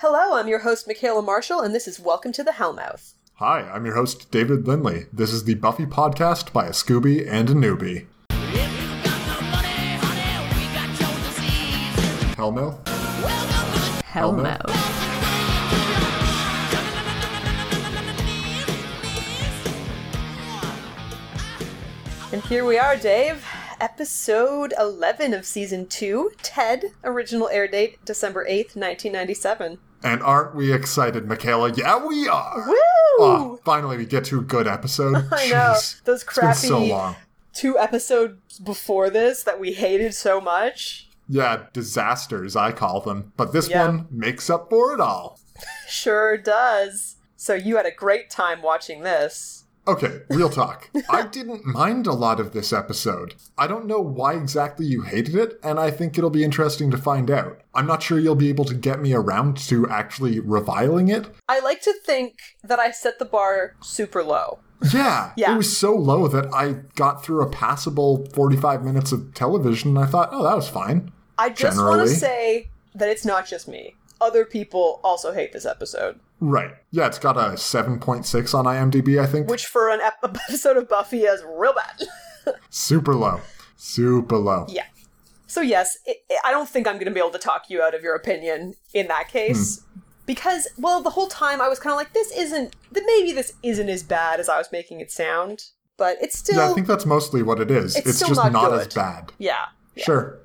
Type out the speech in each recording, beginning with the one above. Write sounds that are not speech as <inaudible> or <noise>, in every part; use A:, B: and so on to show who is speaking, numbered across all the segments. A: Hello, I'm your host, Michaela Marshall, and this is Welcome to the Hellmouth.
B: Hi, I'm your host, David Lindley. This is the Buffy podcast by a Scooby and a newbie.
C: If you got the money, honey, we got your disease.
B: Hellmouth?
C: Welcome to the
B: Hellmouth.
A: Hellmouth. And here we are, Dave. Episode 11 of season 2, Ted, original air date December 8th, 1997.
B: And aren't we excited, Michaela? Yeah, we are!
A: Woo!
B: Ah, finally, we get to a good episode.
A: <laughs> I know.
B: Jeez.
A: Those
B: It's been so
A: crappy-
B: long.
A: Two episodes before this that we hated so much.
B: Yeah, disasters, I call them. But this
A: Yeah.
B: one makes up for it all.
A: Sure does. So you had a great time watching this.
B: Okay, real
A: <laughs>
B: talk. I didn't mind a lot of this episode. I don't know why exactly you hated it, and I think it'll be interesting to find out. I'm not sure you'll be able to get me around to actually reviling it.
A: I like to think that I set the bar super low.
B: <laughs> Yeah,
A: Yeah.
B: it was so low that I got through a passable 45 minutes of television and I thought, oh, that was fine.
A: I just want to
B: Generally.
A: say that it's not just me. Other people also hate this episode,
B: Right. Yeah, it's got a 7.6 on IMDb, I think.
A: which for an ep- <laughs> episode of Buffy is real bad.
B: Super low. Super low.
A: yeah. So yes, it, it- I don't think I'm going to be able to talk you out of your opinion in that case
B: Hmm.
A: because well, the whole time I was kind of like this isn't that maybe this isn't as bad as I was making it sound, but it's still
B: Yeah, I think that's mostly what it is.
A: It's
B: It's,
A: still
B: just
A: not
B: not,
A: good.
B: as bad.
A: yeah.
B: Sure.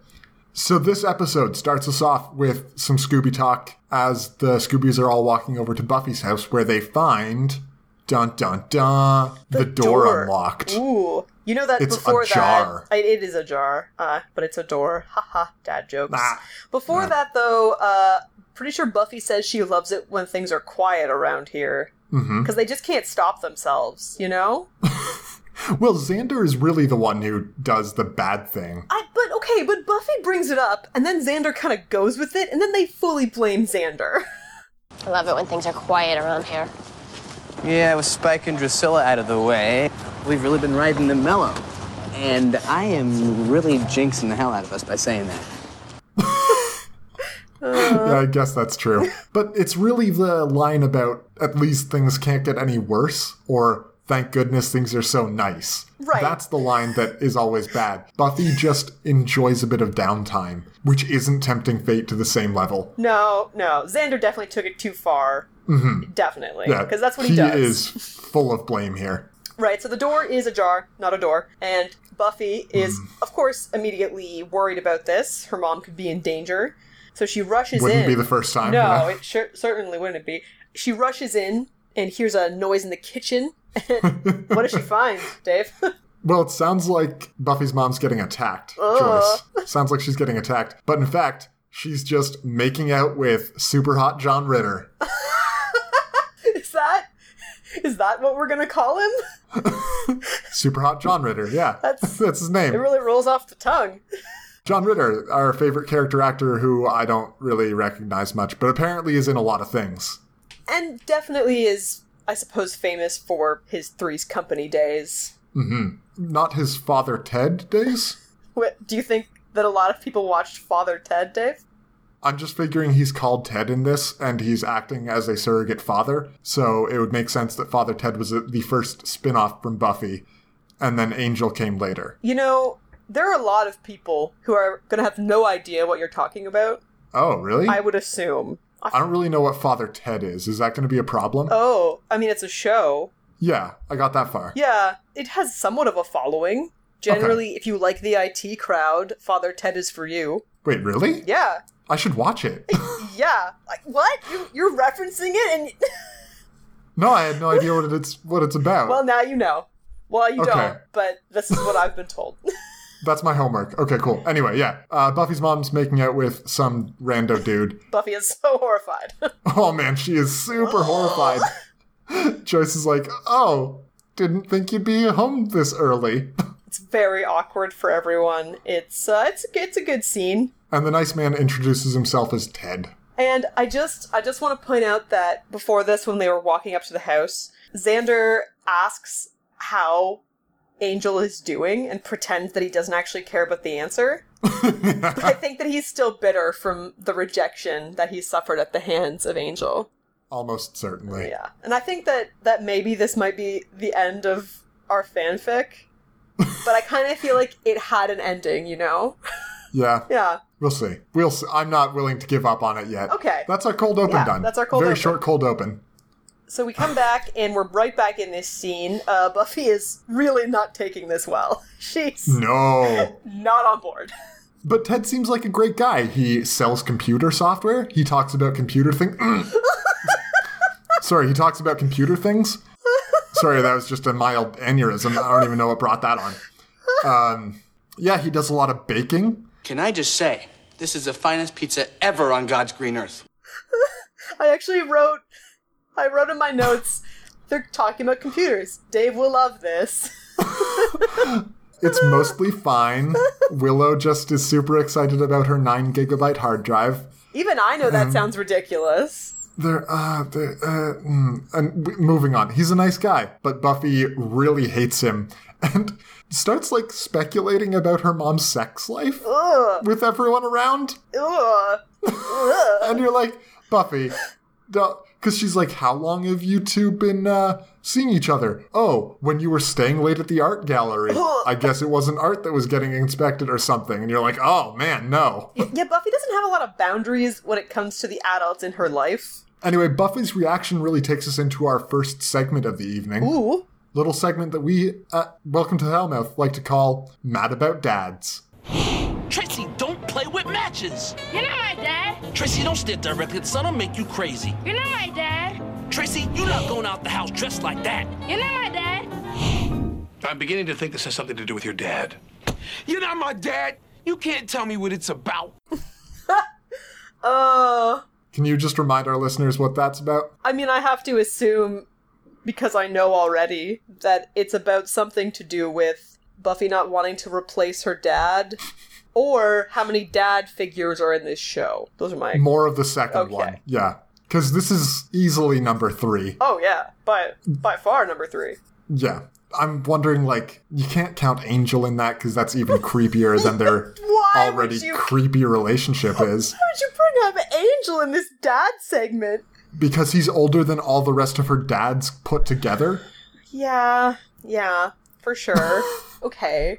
B: So this episode starts us off with some Scooby talk as the Scoobies are all walking over to Buffy's house where they find dun dun dun the, door,
A: door.
B: unlocked.
A: Ooh, you know that
B: It's
A: before
B: ajar.
A: that I- it is a jar, uh, but it's a door. Haha, dad jokes.
B: Ah.
A: Before that, though, uh, pretty sure Buffy says she loves it when things are quiet around here
B: Mhm.
A: because they just can't stop themselves, you know.
B: Well, Xander is really the one who does the bad thing.
A: I but okay, but Buffy brings it up, and then Xander kind of goes with it, and then they fully blame Xander. <laughs>
D: I love it when things are quiet around here.
E: Yeah, with Spike and Drusilla out of the way, we've really been riding the mellow. And I am really jinxing the hell out of us by saying that.
B: Yeah, I guess that's
A: <laughs>
B: true. But it's really the line about at least things can't get any worse, or thank goodness things are so nice.
A: Right.
B: That's the line that is always bad. Buffy just enjoys a bit of downtime, which isn't tempting fate to the same level.
A: no, no, Xander definitely took it too far. Definitely,
B: Mm-hmm. Yeah,
A: because that's what he, does.
B: is full of blame here.
A: Right, so the door is ajar, not a door, and Buffy is,
B: Hmm.
A: of course, immediately worried about this. Her mom could be in danger, so she rushes
B: Wouldn't
A: in.
B: be the first time.
A: No,
B: yeah.
A: it sure, certainly wouldn't be. She rushes in and hears a noise in the
B: <laughs>
A: kitchen. what does she find, Dave? <laughs>
B: Well, it sounds like Buffy's mom's getting attacked. Joyce. Sounds like she's getting attacked. But in fact, she's just making out with super hot John Ritter.
A: is that is that what we're gonna call him?
B: Super hot John Ritter. Yeah.
A: <laughs> That's-
B: <laughs> That's, his name.
A: It really rolls off the tongue.
B: John Ritter, our favorite character actor who I don't really recognize much, but apparently is in a lot of things.
A: And definitely is, I suppose, famous for his Three's Company days.
B: Not his father Ted days?
A: What, do you think that a lot of people watched Father Ted, Dave?
B: I'm just figuring he's called Ted in this, and he's acting as a surrogate father, so it would make sense that Father Ted was the first spin off from Buffy, and then Angel came later.
A: You know, there are a lot of people who are going to have no idea what you're talking about,
B: Oh, really?
A: I
B: I
A: would assume. I-
B: don't really know what Father Ted is. Is that going to be a problem?
A: Oh, I mean, it's a show.
B: Yeah, I got that far.
A: Yeah, it has somewhat of a following. Generally, if you like the IT crowd, Father Ted is for you.
B: Wait, really?
A: Yeah,
B: I should watch it. <laughs>
A: yeah. Like, what? You, you're referencing it and. <laughs>
B: no, I had no idea what it's what it's about.
A: Well, now you know. Well, you
B: Okay.
A: don't, but this is what I've been told. <laughs>
B: That's my homework. Okay, cool. Anyway, yeah. Uh, Buffy's mom's making out with some rando dude. <laughs>
A: Buffy is so horrified. <laughs>
B: Oh man, she is
A: Oh.
B: super horrified. <laughs> Joyce is like, oh, didn't think you'd be home this early. <laughs>
A: it's very awkward for everyone. It's uh, it's it's a good scene.
B: And the nice man introduces himself as Ted.
A: And I just I just want to point out that before this when they were walking up to the house, Xander asks how Angel is doing and pretend that he doesn't actually care about the answer. But I think that he's still bitter from the rejection that he suffered at the hands of Angel.
B: Almost certainly.
A: Yeah. And I think that that maybe this might be the end of our fanfic. but I kind of feel like it had an ending, you know?
B: Yeah.
A: yeah.
B: We'll see. We'll see. I'm not willing to give up on it yet.
A: Okay.
B: That's our cold open
A: Yeah,
B: done.
A: that's our cold
B: Very
A: open.
B: short cold open.
A: So we come back and we're right back in this scene. Uh, Buffy is really not taking this well. <laughs> She's <laughs>
B: Hmm. No.
A: not on board.
B: But Ted seems like a great guy. He sells computer software. He talks about computer things. <clears throat> Sorry, he talks about computer things. Sorry, that was just a mild aneurysm. I don't even know what brought that on. Um, yeah, he does a lot of baking.
E: Can I just say, this is the finest pizza ever on God's green earth.
A: I actually wrote, I wrote in my notes, they're talking about computers. Dave will love this. <laughs>
B: It's mostly fine. Willow just is super excited about her 9 gigabyte hard drive.
A: Even I know that sounds ridiculous.
B: They're, uh, they're, uh, mm, and w- moving on. He's a nice guy, but Buffy really hates him <laughs> and starts like speculating about her mom's sex life with everyone around.
A: Ugh.
B: And you're like, Buffy, because she's like, how long have you two been uh, seeing each other? Oh, when you were staying late at the art gallery. I guess it wasn't art that was getting inspected or something. And you're like, oh man, no.
A: Yeah, Buffy doesn't have a lot of boundaries when it comes to the adults in her life.
B: Anyway, Buffy's reaction really takes us into our first segment of the evening.
A: Ooh.
B: Little segment that we, uh, welcome to Hellmouth, like to call Mad About Dads.
F: Tracy, don't play with matches.
G: You're not my dad.
F: Tracy, don't stare directly at the sun. I'll make you crazy.
G: You're not my dad.
F: Tracy, you're not going out the house dressed like that.
G: You're not my dad.
H: I'm beginning to think this has something to do with your dad.
F: You're not my dad. You can't tell me what it's about.
A: Uh,
B: Can you just remind our listeners what that's about?
A: I mean, I have to assume, because I know already, that it's about something to do with Buffy not wanting to replace her dad, or how many dad figures are in this show. Those are my.
B: More of the second
A: Okay.
B: one. Yeah. Because this is easily number three.
A: Oh, yeah. By, by far, number three.
B: Yeah. I'm wondering, like, you can't count Angel in that because
A: <laughs>
B: that's even creepier than their
A: Why would
B: already
A: you-
B: creepy relationship
A: <laughs>
B: is.
A: Why would you bring up Angel in this dad segment?
B: Because he's older than all the rest of her dads put together.
A: Yeah, yeah, for
B: <laughs>
A: sure. okay,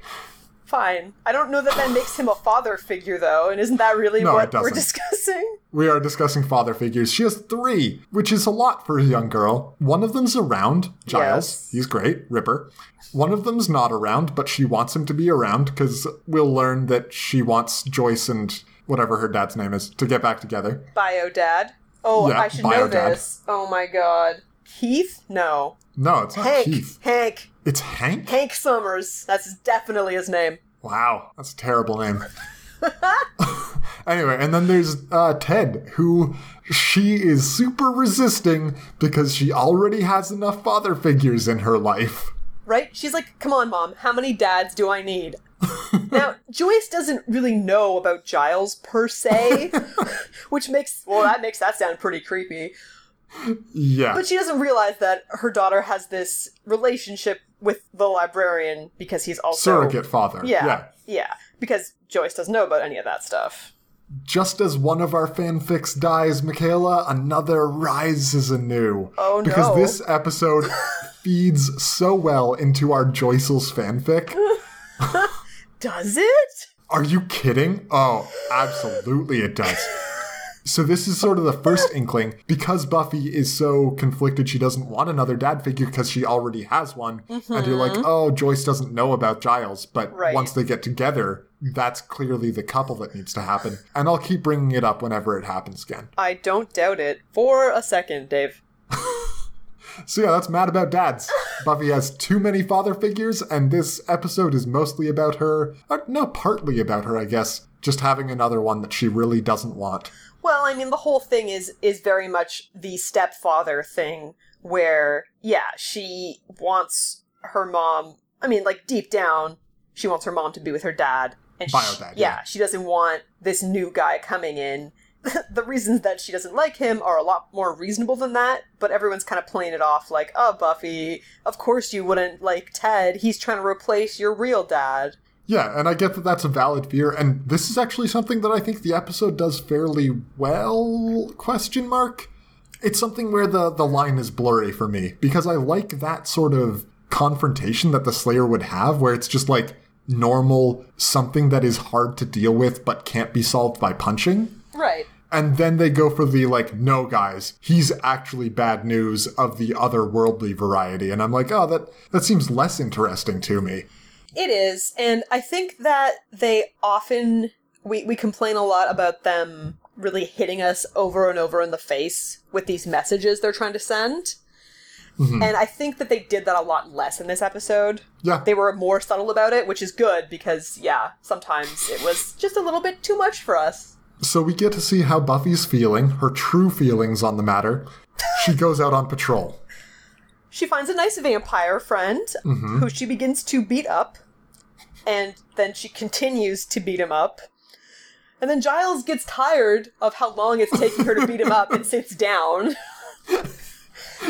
A: fine. I don't know that that makes him a father figure, though, and isn't that really
B: No,
A: what
B: it
A: we're
B: doesn't.
A: discussing?
B: We are discussing father figures. She has three, which is a lot for a young girl. One of them's around, Giles.
A: Yes.
B: He's great, Ripper. One of them's not around, but she wants him to be around because we'll learn that she wants Joyce and whatever her dad's name is to get back together.
A: Bio dad. Oh,
B: Yeah,
A: I should
B: bio
A: know
B: dad.
A: this. Oh my god. Keith? No.
B: No, it's not
A: Hank.
B: Keith.
A: Hank.
B: It's Hank?
A: Hank Summers. That's definitely his name.
B: Wow, that's a terrible
A: <laughs>
B: name. <laughs> anyway, and then there's uh, Ted, who she is super resisting because she already has enough father figures in her life.
A: Right? She's like, come on, mom, how many dads do I
B: <laughs>
A: need? now, Joyce doesn't really know about Giles per
B: <laughs>
A: se, which makes, well, that makes that sound pretty creepy.
B: Yeah.
A: But she doesn't realize that her daughter has this relationship with the librarian because he's also
B: surrogate father.
A: Yeah, yeah, Because Joyce doesn't know about any of that stuff.
B: Just as one of our fanfics dies, Michaela, another rises anew.
A: Oh, no.
B: Because this
A: <laughs>
B: episode feeds so well into our Joycel's fanfic.
A: Does it?
B: Are you kidding? Oh, absolutely it does. So this is sort of the first inkling because Buffy is so conflicted she doesn't want another dad figure because she already has one and you're like, "Oh, Joyce doesn't know about Giles." But
A: Right.
B: once they get together, that's clearly the couple that needs to happen. And I'll keep bringing it up whenever it happens again.
A: I don't doubt it for a second, Dave.
B: So yeah, that's mad about dads. Buffy has too many father figures, and this episode is mostly about her. uh no, partly about her, I guess. Just having another one that she really doesn't want.
A: Well, I mean, the whole thing is is very much the stepfather thing, where yeah, she wants her mom. I mean, like deep down, she wants her mom to be with her dad. And
B: Bio
A: she-
B: dad,
A: yeah,
B: yeah.
A: she doesn't want this new guy coming in <laughs> the reasons that she doesn't like him are a lot more reasonable than that, but everyone's kind of playing it off like, oh, Buffy, of course you wouldn't like Ted. He's trying to replace your real dad.
B: Yeah, and I get that that's a valid fear, and this is actually something that I think the episode does fairly well. Question mark. It's something where the the line is blurry for me because I like that sort of confrontation that the Slayer would have, where it's just like normal something that is hard to deal with but can't be solved by punching.
A: Right.
B: And then they go for the like, no, guys, he's actually bad news of the otherworldly variety, and I'm like, oh, that that seems less interesting to me.
A: It is, and I think that they often we we complain a lot about them really hitting us over and over in the face with these messages they're trying to send. And I think that they did that a lot less in this episode.
B: Yeah,
A: They were more subtle about it, which is good because yeah, sometimes it was just a little bit too much for us.
B: So we get to see how Buffy's feeling, her true feelings on the matter. She goes out on patrol.
A: She finds a nice vampire friend
B: Mm-hmm.
A: who she begins to beat up, and then she continues to beat him up. And then Giles gets tired of how long it's taking her to beat him up
B: <laughs>
A: and sits down.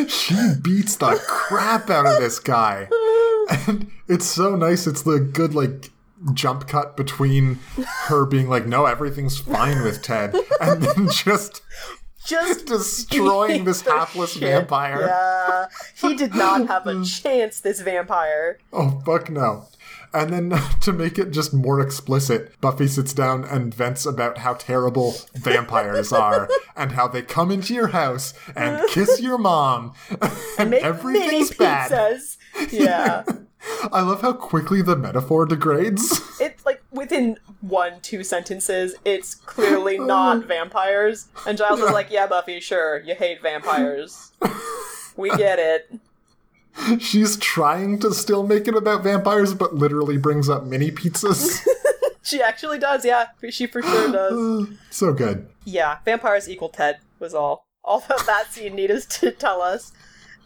B: She beats the crap out of this guy. And it's so nice. It's the good, like, jump cut between her being like, no, everything's fine with Ted, and then <laughs> just
A: Just
B: <laughs> destroying
A: <laughs>
B: this
A: beat the
B: hapless
A: shit.
B: vampire.
A: Yeah, he did not have
B: <laughs>
A: a chance. This vampire.
B: Oh, fuck no. And then <laughs> to make it just more explicit, Buffy sits down and vents about how terrible
A: <laughs>
B: vampires are and how they come into your house and kiss your mom <laughs> and
A: Make
B: everything's
A: mini
B: bad.
A: pizzas.
B: <laughs>
A: Yeah,
B: I love how quickly the metaphor degrades. <laughs>
A: it's like within one two sentences, it's clearly not vampires. And Giles is like, "Yeah, Buffy, sure, you hate vampires. We get it."
B: She's trying to still make it about vampires, but literally brings up
A: <laughs>
B: mini pizzas.
A: She actually does, yeah. She for sure does.
B: so good.
A: yeah, vampires equal Ted was all. All that that scene needed <laughs> us to tell us.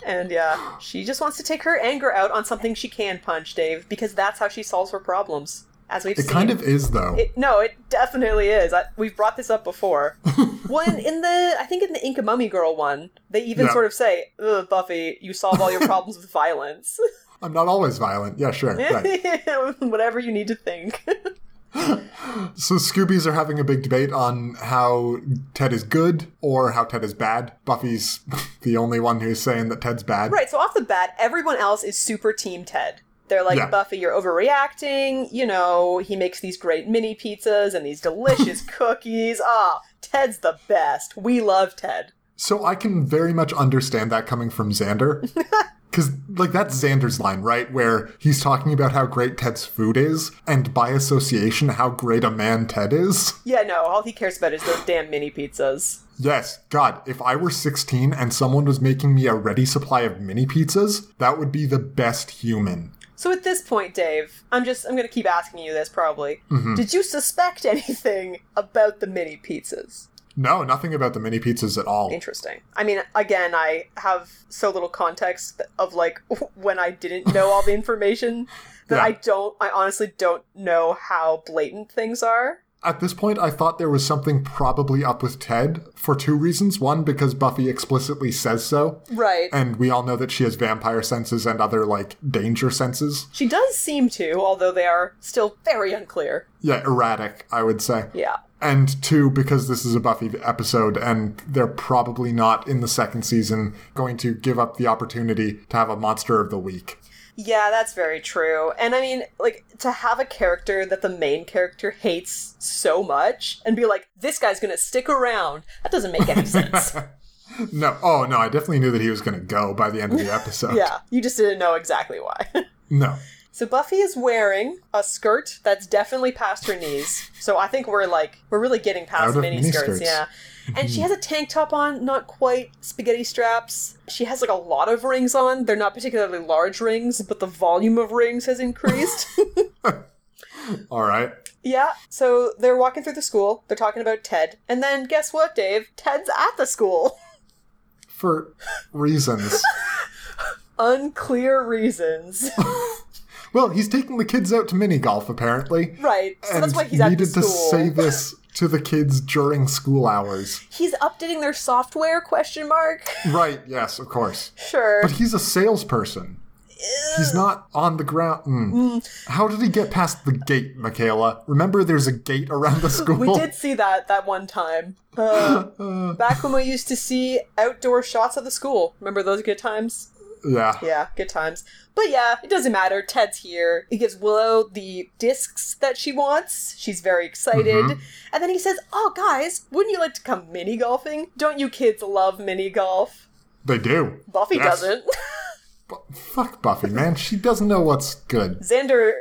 A: And yeah, she just wants to take her anger out on something she can punch, Dave, because that's how she solves her problems. As we've
B: It
A: seen.
B: kind of is, though.
A: It- no, it definitely is. I, we've brought this up
B: <laughs>
A: before. when in the, I think in the Inca Mummy Girl one, they even
B: Yeah.
A: sort of say, Ugh, "Buffy, you solve
B: <laughs>
A: all your problems with violence,
B: I'm not always violent.
A: <laughs>
B: Yeah, sure. Right.
A: whatever you need to think." <laughs>
B: So Scoobies are having a big debate on how Ted is good or how Ted is bad. Buffy's <laughs> the only one who's saying that Ted's bad.
A: Right, so off the bat, everyone else is super team Ted. They're like,
B: Yeah.
A: Buffy, you're overreacting. You know, he makes these great mini pizzas and these
B: <laughs>
A: delicious cookies. Ah, Ted's the best. We love Ted.
B: So I can very much understand that coming from Xander. Because, like, that's Xander's line, right? Where he's talking about how great Ted's food is, and by association, how great a man Ted is.
A: Yeah, no, all he cares about is those damn mini pizzas.
B: Yes, God, if I were 16 and someone was making me a ready supply of mini pizzas, that would be the best human.
A: So at this point, Dave, I'm just, I'm going to keep asking you this probably.
B: Mm-hmm.
A: Did you suspect <laughs> anything about the mini pizzas?
B: No, nothing about the mini pizzas at all.
A: Interesting. I mean, again, I have so little context of like <laughs> when I didn't know
B: <laughs>
A: all the information that
B: Yeah.
A: I don't, I honestly don't know how blatant things are.
B: At this point, I thought there was something probably up with Ted for two reasons. One, because Buffy explicitly says so,
A: Right.
B: and we all know that she has vampire senses and other, like, danger senses.
A: she does seem to, although they are still very unclear.
B: Yeah, erratic, I would say.
A: Yeah.
B: And two, because this is a Buffy episode, and they're probably not in the second season going to give up the opportunity to have a monster of the week. <laughs>
A: Yeah, that's very true. And I mean, like, to have a character that the main character hates so much and be like, this guy's gonna stick around, that doesn't make any sense.
B: No, oh no, I definitely knew that he was going to go by the
A: <laughs>
B: end of the episode.
A: yeah, you just didn't know exactly why. <laughs>
B: No.
A: So Buffy is wearing a skirt that's definitely past her knees. So I think we're like we're really getting
B: Out
A: past
B: of
A: mini skirts,
B: miniskirts.
A: yeah. And she has a tank top on, not quite spaghetti straps. She has like a lot of rings on. They're not particularly large rings, but the volume of rings has increased.
B: All right.
A: yeah. So they're walking through the school. They're talking about Ted. And then guess what, Dave? Ted's at the school. <laughs>
B: For reasons.
A: Unclear reasons. <laughs>
B: Well, he's taking the kids out to mini golf apparently.
A: Right. So that's
B: And
A: why he's at the
B: needed
A: school. <laughs>
B: to say this to the kids during school hours.
A: He's updating their software question mark. <laughs>
B: Right, yes, of course.
A: Sure.
B: But he's a salesperson. He's not on the ground. Mm. How did he get past the gate, Michaela? Remember, there's a gate around the
A: <laughs>
B: school.
A: We did see that that one time.
B: <laughs>
A: Uh, back when we used to see outdoor shots of the school. Remember those good times?
B: Yeah.
A: Yeah, good times. But yeah, it doesn't matter. Ted's here. He gives Willow the discs that she wants. She's very excited. And then he says, Oh, guys, wouldn't you like to come mini golfing? Don't you kids love mini golf?
B: They do.
A: Buffy
B: Yes.
A: doesn't. <laughs>
B: Fuck Buffy, man. She doesn't know what's good.
A: Xander,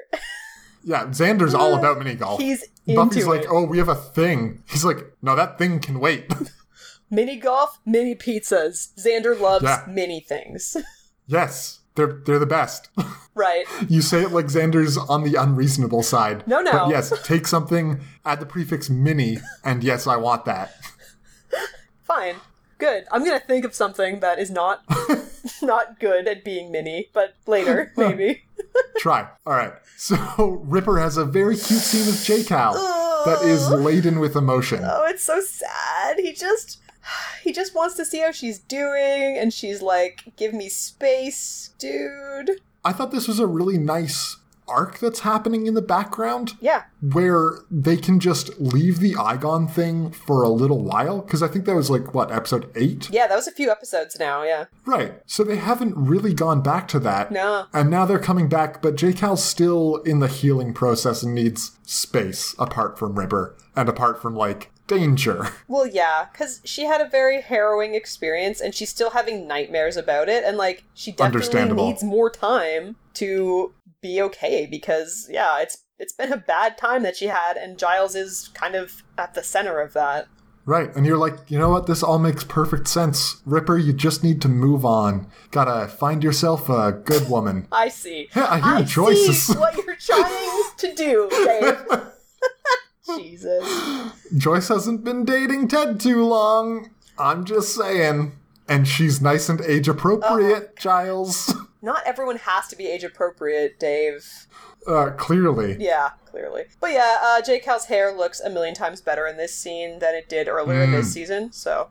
B: Yeah, Xander's all about mini golf.
A: Mm, he's
B: Buffy's
A: into
B: like,
A: it.
B: oh, we have a thing. He's like, no, that thing can wait. <laughs>
A: mini golf, mini pizzas. Xander loves
B: Yeah.
A: mini things. <laughs>
B: yes, they're they're the best.
A: right.
B: you say it like Xander's on the unreasonable side.
A: No, no.
B: But yes, take something, add the prefix mini, and yes, I want that.
A: <laughs> Fine. Good. I'm gonna think of something that is not <laughs> not good at being mini, but later, maybe.
B: Try. All right. So <laughs> Ripper has a very cute scene with J Cal that is laden with emotion.
A: Oh, it's so sad. He just <sighs> he just wants to see how she's doing, and she's like, "Give me space, dude."
B: I thought this was a really nice arc that's happening in the background
A: Yeah,
B: where they can just leave the Igon thing for a little while because I think that was like what episode 8.
A: yeah. That was a few episodes now. Yeah,
B: Right. So they haven't really gone back to that.
A: No.
B: And now they're coming back, but J Cal's still in the healing process and needs space apart from Ripper and apart from like danger. <laughs>
A: Well, yeah, because she had a very harrowing experience, and she's still having nightmares about it, and like she definitely
B: Understandable.
A: needs more time to be okay. Because yeah, it's it's been a bad time that she had, and Giles is kind of at the center of that.
B: Right. And you're like, you know what? This all makes perfect sense. Ripper, you just need to move on. Gotta find yourself a good woman.
A: I see.
B: Yeah, I hear choices.
A: see <laughs> what you're trying to do, Dave. Jesus.
B: <laughs> Joyce hasn't been dating Ted too long. I'm just saying. And she's nice and age appropriate, Giles. <laughs>
A: Not everyone has to be age appropriate, Dave.
B: Uh, clearly.
A: Yeah, clearly. But yeah, uh, J. Cal's hair looks a million times better in this scene than it did earlier in this season. So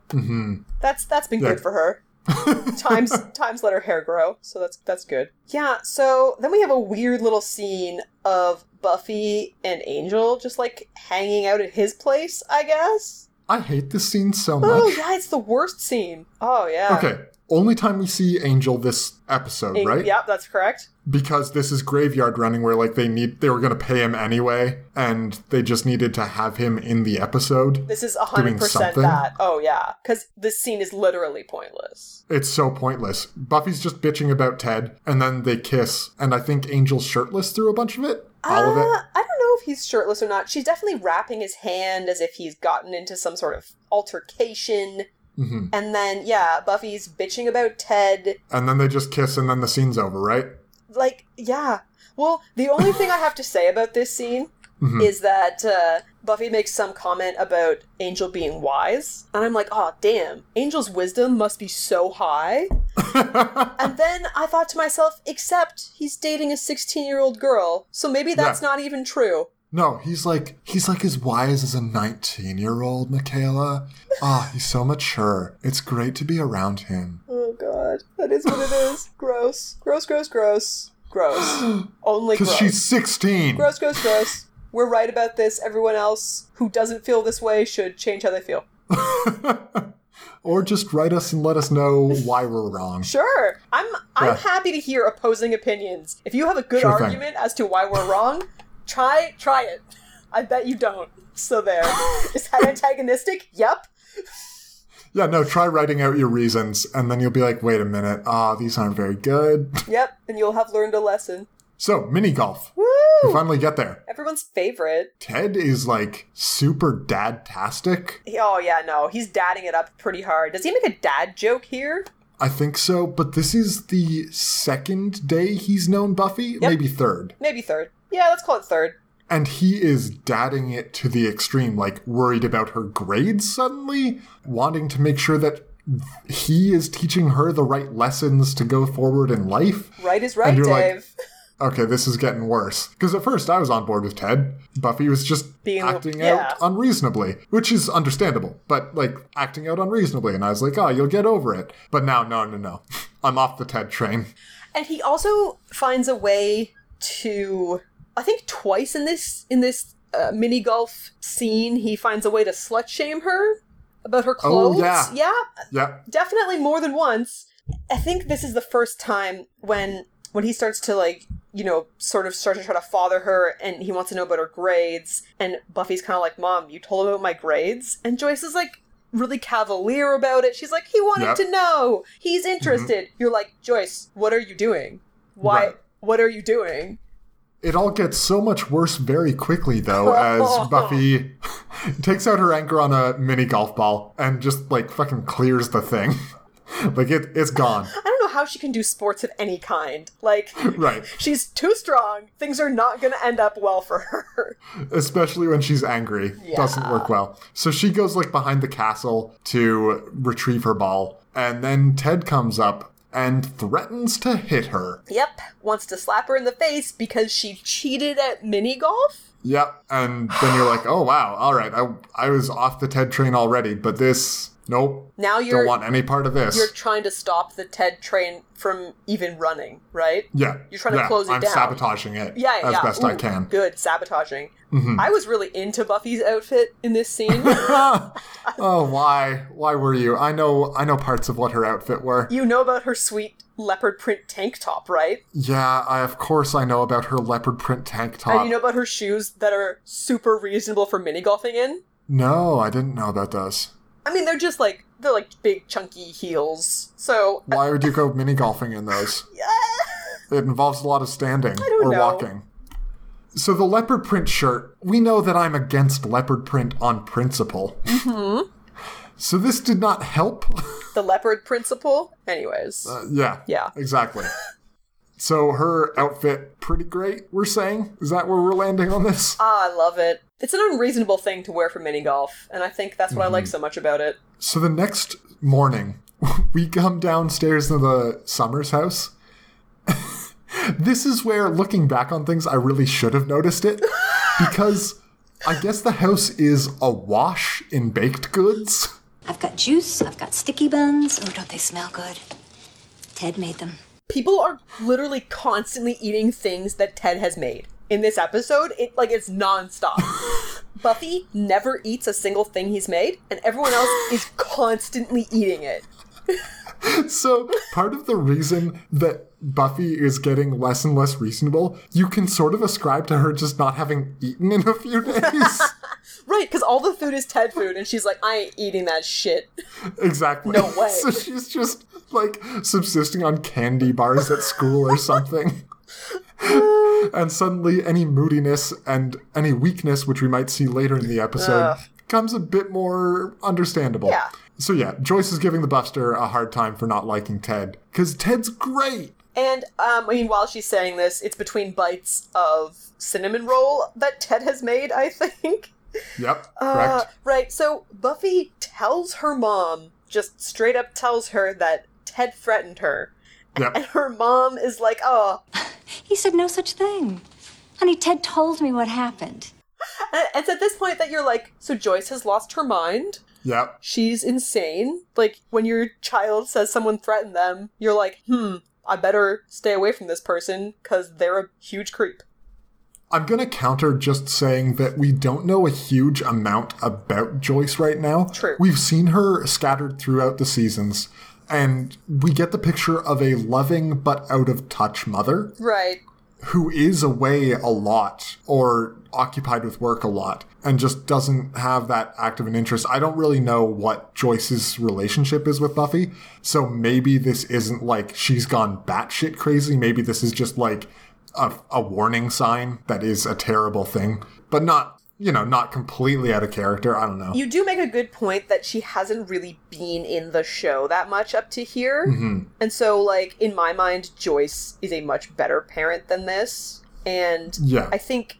A: that's that's been
B: Mm. Mm-hmm. Yeah.
A: good for
B: <laughs>
A: her. times times let her hair grow, so that's that's good. Yeah. So then we have a weird little scene of Buffy and Angel just like hanging out at his place. I guess.
B: I hate this scene so much.
A: Oh yeah, it's the worst scene. Oh yeah.
B: Okay. Only time we see Angel this episode,
A: Ang-
B: right?
A: Yep, that's correct.
B: Because this is graveyard running where like they need they were gonna pay him anyway, and they just needed to have him in the episode.
A: This is hundred percent
B: something.
A: that. Oh yeah, because this scene is literally pointless.
B: It's so pointless. Buffy's just bitching about Ted, and then they kiss, and I think Angel's shirtless through a bunch of it. All of
A: Uh,
B: it.
A: I don't know if he's shirtless or not. She's definitely wrapping his hand as if he's gotten into some sort of altercation.
B: Mm-hmm.
A: And then, yeah, Buffy's bitching about Ted.
B: And then they just kiss, and then the scene's over, right? <laughs>
A: Like, yeah. Well, the only thing I have to say about this scene
B: Mm-hmm.
A: is that uh, Buffy makes some comment about Angel being wise. And I'm like, oh, damn. Angel's wisdom must be so high. and then I thought to myself, except he's dating a 16 year old girl. So maybe that's
B: Yeah.
A: not even true.
B: No, he's like he's like as wise as a nineteen year old, Michaela. Ah, he's so mature. It's great to be around him.
A: Oh god, that is what it
B: <laughs>
A: is. Gross, gross, gross, gross,
B: <gasps>
A: gross. Only
B: Because
A: gross.
B: she's sixteen.
A: Gross, gross, gross. We're right about this. Everyone else who doesn't feel this way should change how they feel.
B: <laughs> Or just write us and let us know why we're wrong.
A: Sure, I'm. I'm
B: Yeah.
A: happy to hear opposing opinions. If you have a good
B: Sure thing.
A: argument as to why we're wrong, try try it. I bet you don't. So there.
B: <laughs>
A: Is that antagonistic? Yep.
B: Yeah, no, try writing out your reasons, and then you'll be like, wait a minute, ah, these aren't very good. <laughs>
A: Yep. And you'll have learned a lesson.
B: So, mini golf. We
A: Woo!
B: finally get there.
A: Everyone's favorite.
B: Ted is like super dad tastic.
A: He- Oh yeah, no, he's dadding it up pretty hard. Does he make a dad joke here?
B: I think so, but this is the second day he's known Buffy, maybe third.
A: Maybe third. Yeah, let's call it third.
B: And he is dadding it to the extreme, like worried about her grades suddenly, wanting to make sure that he is teaching her the right lessons to go forward in life.
A: Right is right,
B: you're like-
A: Dave.
B: okay, this is getting worse. Because at first I was on board with Ted. Buffy was just
A: Being-
B: acting
A: yeah.
B: out unreasonably, which is understandable, but like acting out unreasonably. And I was like, oh, you'll get over it. But now, no, no, <laughs> no. I'm off the Ted train.
A: and he also finds a way to i think twice in this in this uh, mini golf scene he finds a way to slut shame her about her clothes
B: yeah.
A: yeah
B: Yeah.
A: definitely more than once. I think this is the first time when when he starts to like, you know, sort of start to try to father her and he wants to know about her grades and Buffy's kind of like, "Mom, you told him about my grades?" And Joyce is like really cavalier about it. She's like, "He wanted
B: Yep. Mm-hmm.
A: to know. He's interested." You're like, "Joyce, what are you doing? Why
B: Right.
A: what are you doing?"
B: It all gets so much worse very quickly,
A: <laughs>
B: though, as Buffy <laughs> takes out her anchor on a mini golf ball and just like fucking clears the thing. <laughs> like it, it's gone.
A: I don't know how she can do sports of any kind.
B: <laughs>
A: Like
B: Right.
A: she's too strong. Things are not going to end up well for her.
B: especially when she's angry doesn't work well so she goes like behind the castle to retrieve her ball and then ted comes up and threatens to hit her
A: Yep, wants to slap her in the face because she cheated at mini golf.
B: yep and then you're like oh wow all right i, I was off the ted train already but this nope
A: Now
B: don't
A: you're
B: want any part of
A: you're
B: this
A: trying to stop the TED train from even running, right?
B: yeah
A: you're trying to
B: yeah,
A: close it
B: i'm
A: down.
B: sabotaging it
A: Yeah,
B: as
A: yeah.
B: best i
A: Ooh,
B: can Mm-hmm.
A: Good sabotaging. I was really into Buffy's outfit in this scene.
B: <laughs> <laughs> oh why why were you i know i know parts of what her outfit were
A: you know about her sweet leopard print tank top, right?
B: yeah i of course i know about her leopard print tank top
A: And you know about her shoes that are super reasonable for mini golfing in.
B: No, I didn't know about those.
A: I mean, they're just like they're like big chunky heels. So
B: Why would you go mini golfing
A: <laughs>
B: in those? It involves a lot of standing
A: don't
B: or
A: know.
B: walking. So the leopard print shirt, we know that I'm against leopard print on principle. Mm-hmm. So this did not help. <laughs>
A: the leopard principle, anyways.
B: yeah.
A: Yeah.
B: Exactly. so her outfit pretty great, we're saying? Is that where we're landing on this?
A: Ah, I love it. It's an unreasonable thing to wear for mini golf, and I think that's what I like so much about it.
B: So the next morning, <laughs> we come downstairs to the Summers house. <laughs> this is where, looking back on things, I really should have noticed it because I guess the house is awash in baked goods.
I: I've got juice, I've got sticky buns. Oh, don't they smell good? Ted made them.
A: People are literally constantly eating things that Ted has made. In this episode, it like it's nonstop. Buffy never eats a single thing he's made, and everyone else is constantly eating it.
B: So, part of the reason that Buffy is getting less and less reasonable, you can sort of ascribe to her just not having eaten in
A: <laughs>
B: a few days.
A: Right, because all the food is Ted food, and she's like, I ain't eating that shit.
B: Exactly.
A: No way.
B: So she's just like subsisting on candy bars at school
A: <laughs>
B: or something. and suddenly, any moodiness and any weakness, which we might see later in the episode, becomes a bit more understandable.
A: Yeah.
B: So, yeah, Joyce is giving the Buster a hard time for not liking Ted because Ted's great.
A: And um, I mean, while she's saying this, it's between bites of cinnamon roll that Ted has made, I think.
B: Yep.
A: Uh,
B: correct.
A: right. So Buffy tells her mom, just straight up tells her that Ted threatened her.
B: Yep.
A: And her mom is like, oh.
I: He said no such thing. Honey, Ted told me what happened.
A: And it's at this point that you're like, so Joyce has lost her mind.
B: Yep.
A: She's insane. Like, when your child says someone threatened them, you're like, hmm, I better stay away from this person because they're a huge creep.
B: I'm going to counter just saying that we don't know a huge amount about Joyce right now.
A: True.
B: We've seen her scattered throughout the seasons, and we get the picture of a loving but out of touch mother
A: Right.
B: who is away a lot or occupied with work a lot and just doesn't have that active an interest. I don't really know what Joyce's relationship is with Buffy, so maybe this isn't like she's gone batshit crazy. Maybe this is just like a, a warning sign that is a terrible thing, but not, you know, not completely out of character. I don't know.
A: You do make a good point that she hasn't really been in the show that much up to here. And so, like, in my mind, Joyce is a much better parent than this. And
B: Yeah.
A: I think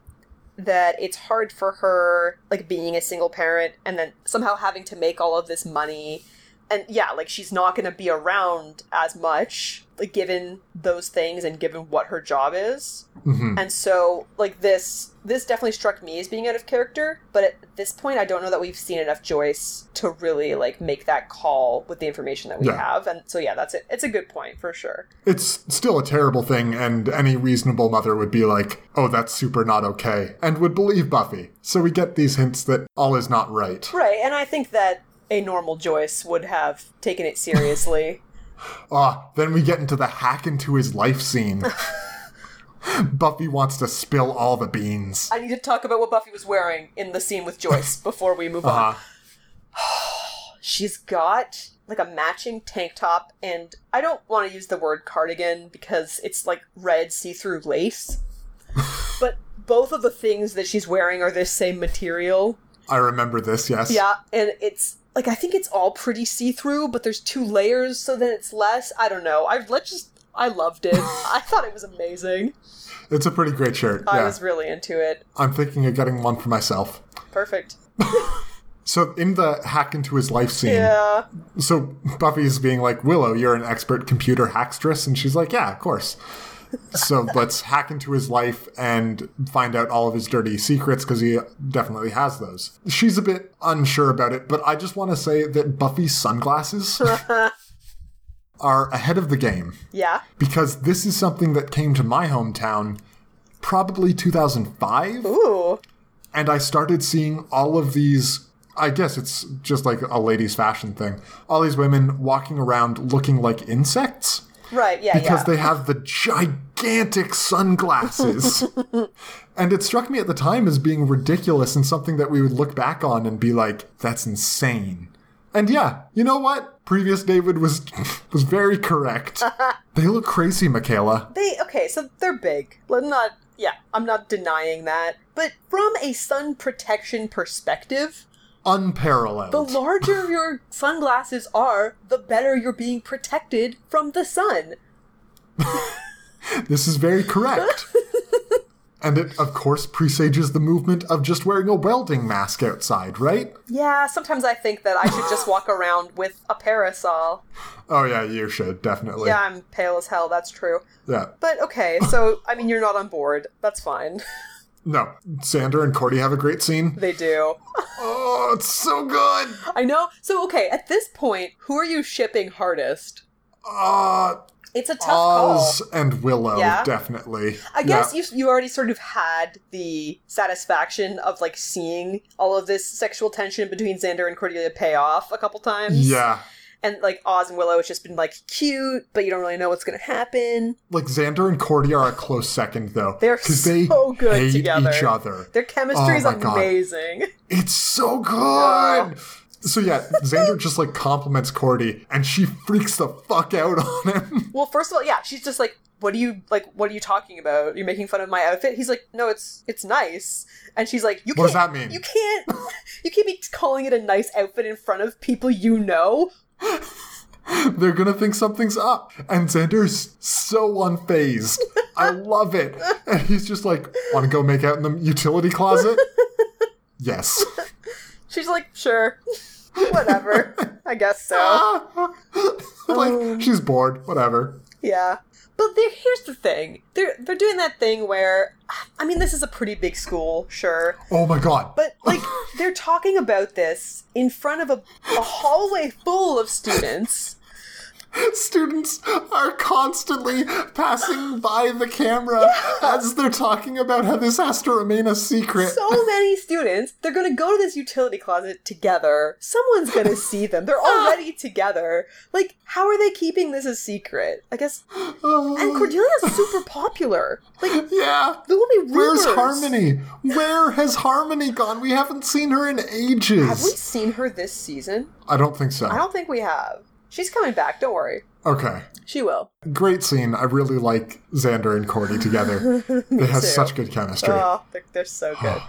A: that it's hard for her, like, being a single parent and then somehow having to make all of this money and yeah, like she's not going to be around as much, like given those things and given what her job is.
B: Mm-hmm.
A: And so, like this, this definitely struck me as being out of character. But at this point, I don't know that we've seen enough Joyce to really like make that call with the information that we
B: Yeah.
A: have. And so, yeah, that's it. It's a good point for sure.
B: It's still a terrible thing, and any reasonable mother would be like, oh, that's super not okay, and would believe Buffy. So we get these hints that all is not right.
A: Right, and I think that a normal Joyce would have taken it seriously.
B: Ah, then we get into the hack into his life scene.
A: <laughs>
B: Buffy wants to spill all the beans.
A: I need to talk about what Buffy was wearing in the scene with Joyce before we move
B: Uh-huh.
A: on.
B: Ah,
A: She's got like a matching tank top, and I don't want to use the word cardigan because it's like red see through lace. but both of the things that she's wearing are this same material.
B: I remember this, yes.
A: Yeah, and it's like I think it's all pretty see through, but there's two layers, so then it's less. I don't know. I let's just. I loved it. I thought it was amazing.
B: It's a pretty great shirt.
A: I
B: yeah.
A: was really into it.
B: I'm thinking of getting one for myself.
A: Perfect.
B: So in the hack into his life scene,
A: Yeah.
B: so Buffy's being like, Willow, you're an expert computer hackstress, and she's like, Yeah, of course. So <laughs> let's hack into his life and find out all of his dirty secrets because he definitely has those. She's a bit unsure about it, but I just want to say that Buffy's sunglasses are ahead of the game
A: Yeah.
B: because this is something that came to my hometown probably 2005
A: Ooh.
B: and I started seeing all of these. I guess it's just like a ladies' fashion thing. All these women walking around looking like insects
A: Right. Yeah.
B: because
A: yeah.
B: they have the gigantic sunglasses.
A: <laughs>
B: and it struck me at the time as being ridiculous and something that we would look back on and be like, that's insane. And yeah, you know what? Previous David was <laughs> was
A: <laughs>
B: very correct. they look crazy, Michaela.
A: They okay, so they're big. I'm not yeah, I'm not denying that. But from a sun protection perspective,
B: Unparalleled.
A: the
B: <sighs>
A: larger your sunglasses are, the better you're being protected from the sun.
B: This is
A: <laughs>
B: very correct. and it, of course, presages the movement of just wearing a welding mask outside, right?
A: Yeah, sometimes I think that I should just
B: <laughs>
A: walk around with a parasol.
B: Oh, yeah, you should, definitely.
A: Yeah, I'm pale as hell, that's true.
B: Yeah.
A: But okay, so I mean you're not on board. That's fine. <laughs>
B: No, Sander and Cordy have a great scene.
A: they do.
B: Oh, it's so good.
A: I know. So okay, at this point, who are you shipping hardest?
B: Uh,
A: It's a tough call.
B: Oz and Willow,
A: Yeah.
B: definitely.
A: I guess
B: Yeah.
A: you you already sort of had the satisfaction of like seeing all of this sexual tension between Xander and Cordelia pay off a couple times.
B: Yeah.
A: And like Oz and Willow, it's just been like cute, but you don't really know what's gonna happen.
B: Like Xander and Cordy are a close second, though.
A: They're
B: 'cause they
A: so good
B: hate
A: together.
B: each other.
A: Their chemistry
B: Oh
A: is
B: my God.
A: amazing. <laughs>
B: It's so good. So yeah,
A: <laughs>
B: Xander just like compliments Cordy, and she freaks the fuck out on him. <laughs>
A: Well, first of all, yeah, she's just like, "What are you like? What are you talking about? You're making fun of my outfit." He's like, "No, it's it's nice," and she's like, "You
B: What does
A: can't-
B: that mean?"
A: You can't <laughs> you can't be calling it a nice outfit in front of people you know."
B: They're gonna think something's up, and Xander's so unfazed. I love it. And he's just like, "Want to go make out in the utility
A: <laughs>
B: closet?" yes. <laughs>
A: She's like, sure, <laughs> whatever. I guess
B: <laughs>
A: so. Oh.
B: like she's bored. Whatever.
A: Yeah. But there, here's the thing. They're they're doing that thing where, I mean, this is a pretty big school, sure,
B: Oh my god.
A: but like they're talking about this in front of a, a hallway full of students.
B: <laughs> Students are constantly passing by the camera as they're talking about how this has to remain a secret.
A: So many students. They're gonna go to this utility closet together. Someone's
B: <laughs>
A: gonna see them. They're already
B: Ah.
A: together. Like, how are they keeping this a secret? I guess.
B: <gasps>
A: And Cordelia's super popular. Like,
B: Oh. yeah.
A: there will be rumors.
B: Where's Harmony? Where has Harmony gone? We haven't seen her in
A: Have we
B: ages.
A: seen her this season?
B: I don't think so.
A: I don't think we have. She's coming back, don't worry.
B: Okay.
A: She will.
B: Great scene. I really like Xander and Cordy together.
A: <laughs>
B: they have
A: too.
B: such good chemistry.
A: Oh, they're, they're so
B: <sighs>
A: good.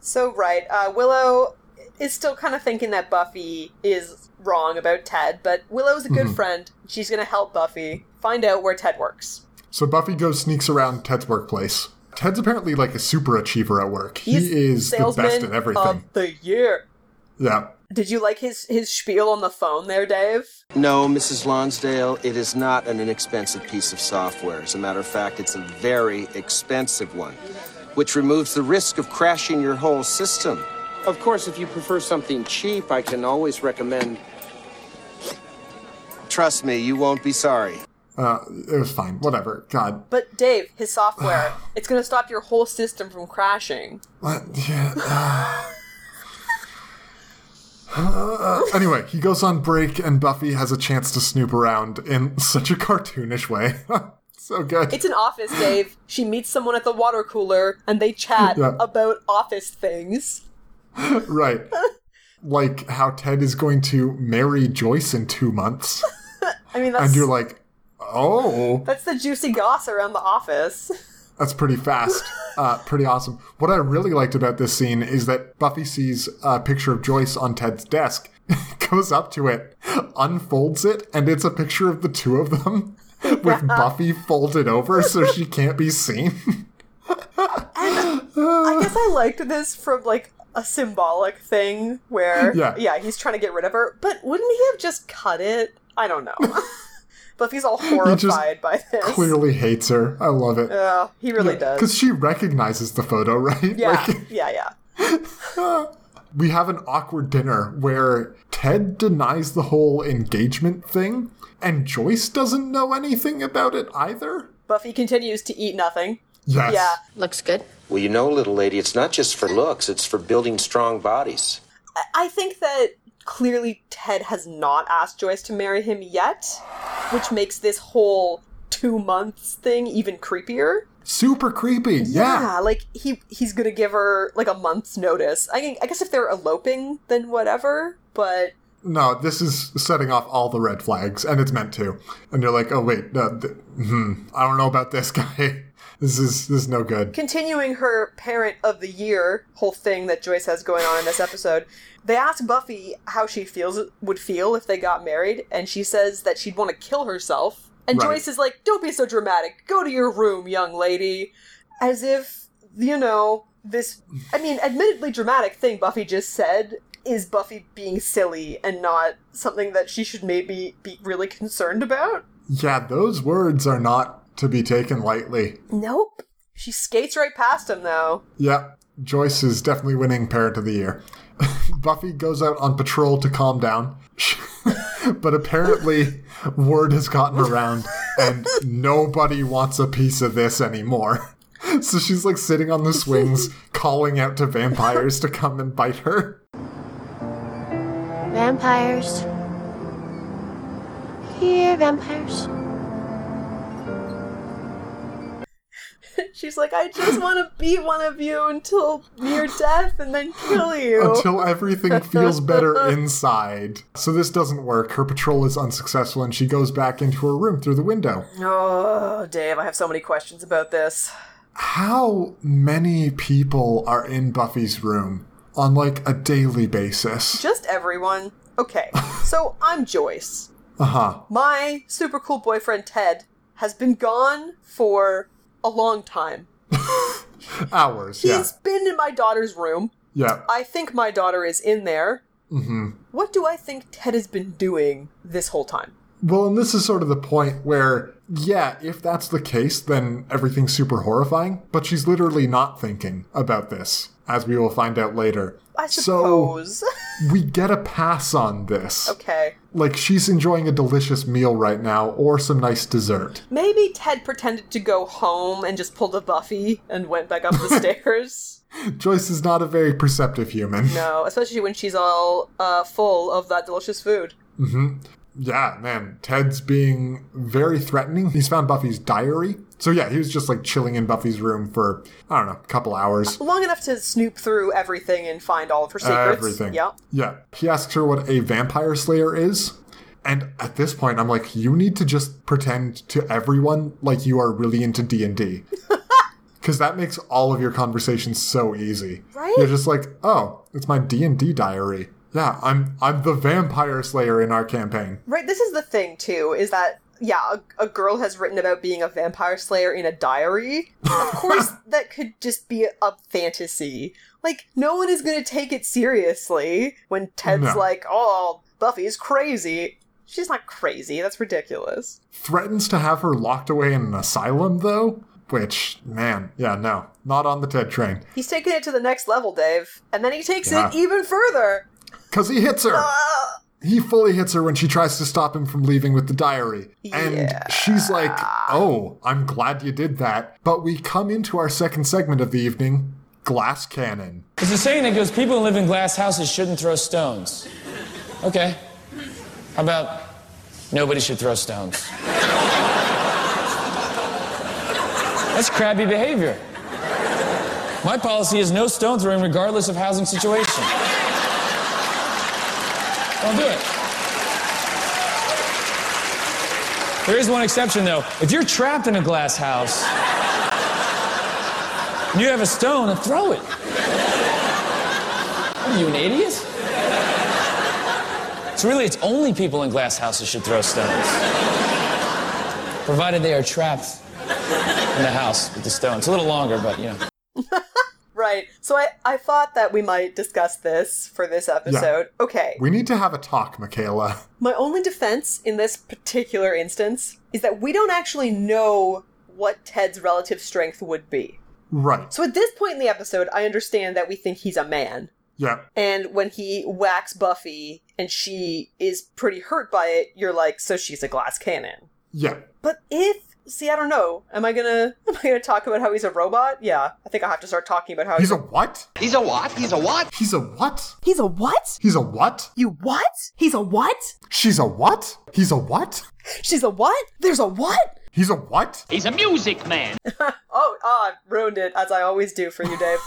A: so, right, uh, Willow is still kind of thinking that Buffy is wrong about Ted, but Willow's a good
B: Mm-hmm.
A: friend. She's going to help Buffy find out where Ted works.
B: so Buffy goes sneaks around Ted's workplace. Ted's apparently like a super achiever at work.
A: He's
B: he is the
A: salesman
B: best at everything.
A: of the year.
B: Yeah.
A: Did you like his his spiel on the phone there, Dave?
J: No, Mrs. Lonsdale, it is not an inexpensive piece of software. As a matter of fact, it's a very expensive one, which removes the risk of crashing your whole system. Of course, if you prefer something cheap, I can always recommend. Trust me, you won't be sorry.
B: Uh, it was fine. Whatever. God.
A: But Dave, his
B: <sighs>
A: software, it's going to stop your whole system from crashing.
B: What? Yeah. Uh, <sighs> anyway, he goes on break, and Buffy has a chance to snoop around in such a cartoonish way. <laughs> so good.
A: It's an
B: <gasps>
A: office, Dave. She meets someone at the water cooler and they chat
B: Yeah.
A: about office things.
B: right. Like how Ted is going to marry Joyce in two months.
A: I mean,
B: And
A: that's
B: you're like, oh,
A: that's the juicy goss around the office. <laughs>
B: that's pretty fast. Uh, pretty awesome. What I really liked about this scene is that Buffy sees a picture of Joyce on Ted's desk, <laughs> goes up to it, unfolds it, and it's a picture of the two of them <laughs> with Buffy folded over so
A: <laughs>
B: she can't be seen.
A: I guess I liked this from like a symbolic thing where
B: Yeah.
A: he's trying to get rid of her, but wouldn't he have just cut it? I don't
B: <laughs>
A: know. <laughs> Buffy's all horrified by this.
B: <laughs> Clearly hates her. I love it.
A: Yeah, Oh, he really does.
B: Because she recognizes the photo, <laughs> right?
A: Yeah,
B: Like-
A: yeah, yeah.
B: we have an awkward dinner where Ted denies the whole engagement thing, and Joyce doesn't know anything about it either.
A: Buffy continues to eat nothing.
B: Yes.
A: Yeah.
D: Looks good.
J: Well, you know, little lady, it's not just for looks, it's for building strong bodies.
A: I think that clearly Ted has not asked Joyce to marry him yet, which makes this whole two months thing even creepier.
B: Super creepy. Yeah.
A: like he he's gonna give her like a month's notice. I mean, I guess if they're eloping, then whatever. But
B: No, this is setting off all the red flags, and it's meant to. And you're like, oh, wait, no, th- hmm, I don't know about this <laughs> guy. This is this is no good.
A: continuing her parent of the year whole thing that Joyce has going on in this episode, they ask Buffy how she feels would feel if they got married, and she says that she'd want to kill herself. And
B: Right.
A: Joyce is like, "Don't be so dramatic. Go to your room, young lady," as if you know this. I mean, admittedly dramatic thing Buffy just said is Buffy being silly and not something that she should maybe be really concerned about.
B: Yeah, those words are not to be taken lightly.
A: Nope. She skates right past him though.
B: Yeah, Joyce is definitely winning Parent of the Year. <laughs> Buffy goes out on patrol to calm down, <laughs> but apparently word has gotten around and nobody wants a piece of this anymore. <laughs> So she's like sitting on the swings, calling out to vampires to come and bite her.
D: Vampires. Here, vampires.
A: She's like, I just want to beat one of you until near death and then kill you.
B: Until everything feels better inside. So this doesn't work. Her patrol is unsuccessful and she goes back into her room through the window.
A: oh, Dave, I have so many questions about this.
B: how many people are in Buffy's room on like a daily basis?
A: Just everyone. Okay, so I'm Joyce.
B: Uh huh.
A: My super cool boyfriend, Ted, has been gone for a long time.
B: Hours.
A: He's
B: Yeah.
A: been in my daughter's room.
B: Yeah.
A: I think my daughter is in there. Mm-hmm. What do I think Ted has been doing this whole time?
B: Well, and this is sort of the point where, yeah, if that's the case, then everything's super horrifying. But she's literally not thinking about this, as we will find out later.
A: I suppose. <laughs>
B: So we get a pass on this.
A: okay.
B: Like she's enjoying a delicious meal right now or some nice dessert.
A: Maybe Ted pretended to go home and just pulled a Buffy and went back up the
B: <laughs>
A: stairs.
B: Joyce is not a very perceptive human.
A: No, especially when she's all uh, full of that delicious food.
B: Yeah, man. Ted's being very threatening. He's found Buffy's diary. So yeah, he was just like chilling in Buffy's room for I don't know, a couple hours.
A: Long enough to snoop through everything and find all of her secrets.
B: Everything.
A: Yep.
B: Yeah. He asks her what a vampire slayer is. And at this point, I'm like, you need to just pretend to everyone like you are really into D
A: <laughs>
B: and D, because that makes all of your conversations so easy.
A: Right?
B: You're just like, oh, it's my D and D diary. Yeah, I'm I'm the vampire slayer in our campaign.
A: Right, this is the thing, too, is that, yeah, a, a girl has written about being a
B: <laughs>
A: vampire slayer in a diary. Of course, that could just be a fantasy Like, no one is going to take it seriously when Ted's
B: No.
A: like, oh, Buffy's crazy. She's not crazy. That's ridiculous.
B: Threatens to have her locked away in an asylum, though? Which, man, yeah, no. Not on the Ted train.
A: He's taking it to the next level, Dave. And then he takes
B: Yeah.
A: it even further.
B: Because he hits her! He fully hits her when she tries to stop him from leaving with the diary. And she's like, oh, I'm glad you did that. But we come into our second segment of the evening Glass Cannon.
K: There's a saying that goes, people who live in glass houses shouldn't throw stones. Okay. How about nobody should throw stones? That's crabby behavior. My policy is no stone throwing regardless of housing situation. Don't do it. There is one exception though. If you're trapped in a glass house and you have a stone, then throw it. What Are you an idiot? So really, it's only people in glass houses should throw stones, provided they are trapped in the house with the stone. It's a little longer, but you know.
A: Right. So I, I thought that we might discuss this for this episode. Okay.
B: We need to have a talk, Michaela.
A: My only defense in this particular instance is that we don't actually know what Ted's relative strength would be.
B: Right.
A: So at this point in the episode, I understand that we think he's a man.
B: Yeah.
A: And when he whacks Buffy and she is pretty hurt by it, you're like, so she's a glass cannon.
B: Yeah.
A: But if see, I don't know. Am I gonna <laughs> am I gonna talk about how he's a robot? Yeah. I think I'll have to start talking about how
B: He's
A: he's
B: a what?
J: He's a what? He's a what?
B: He's a what?
A: He's a what?
B: He's a what?
A: You what? He's a what?
B: She's a what? He's a what?
A: She's a what? There's a what?
B: He's a what?
A: Oh, ah, I've ruined it, as I always do for you,
B: <laughs>
A: Dave.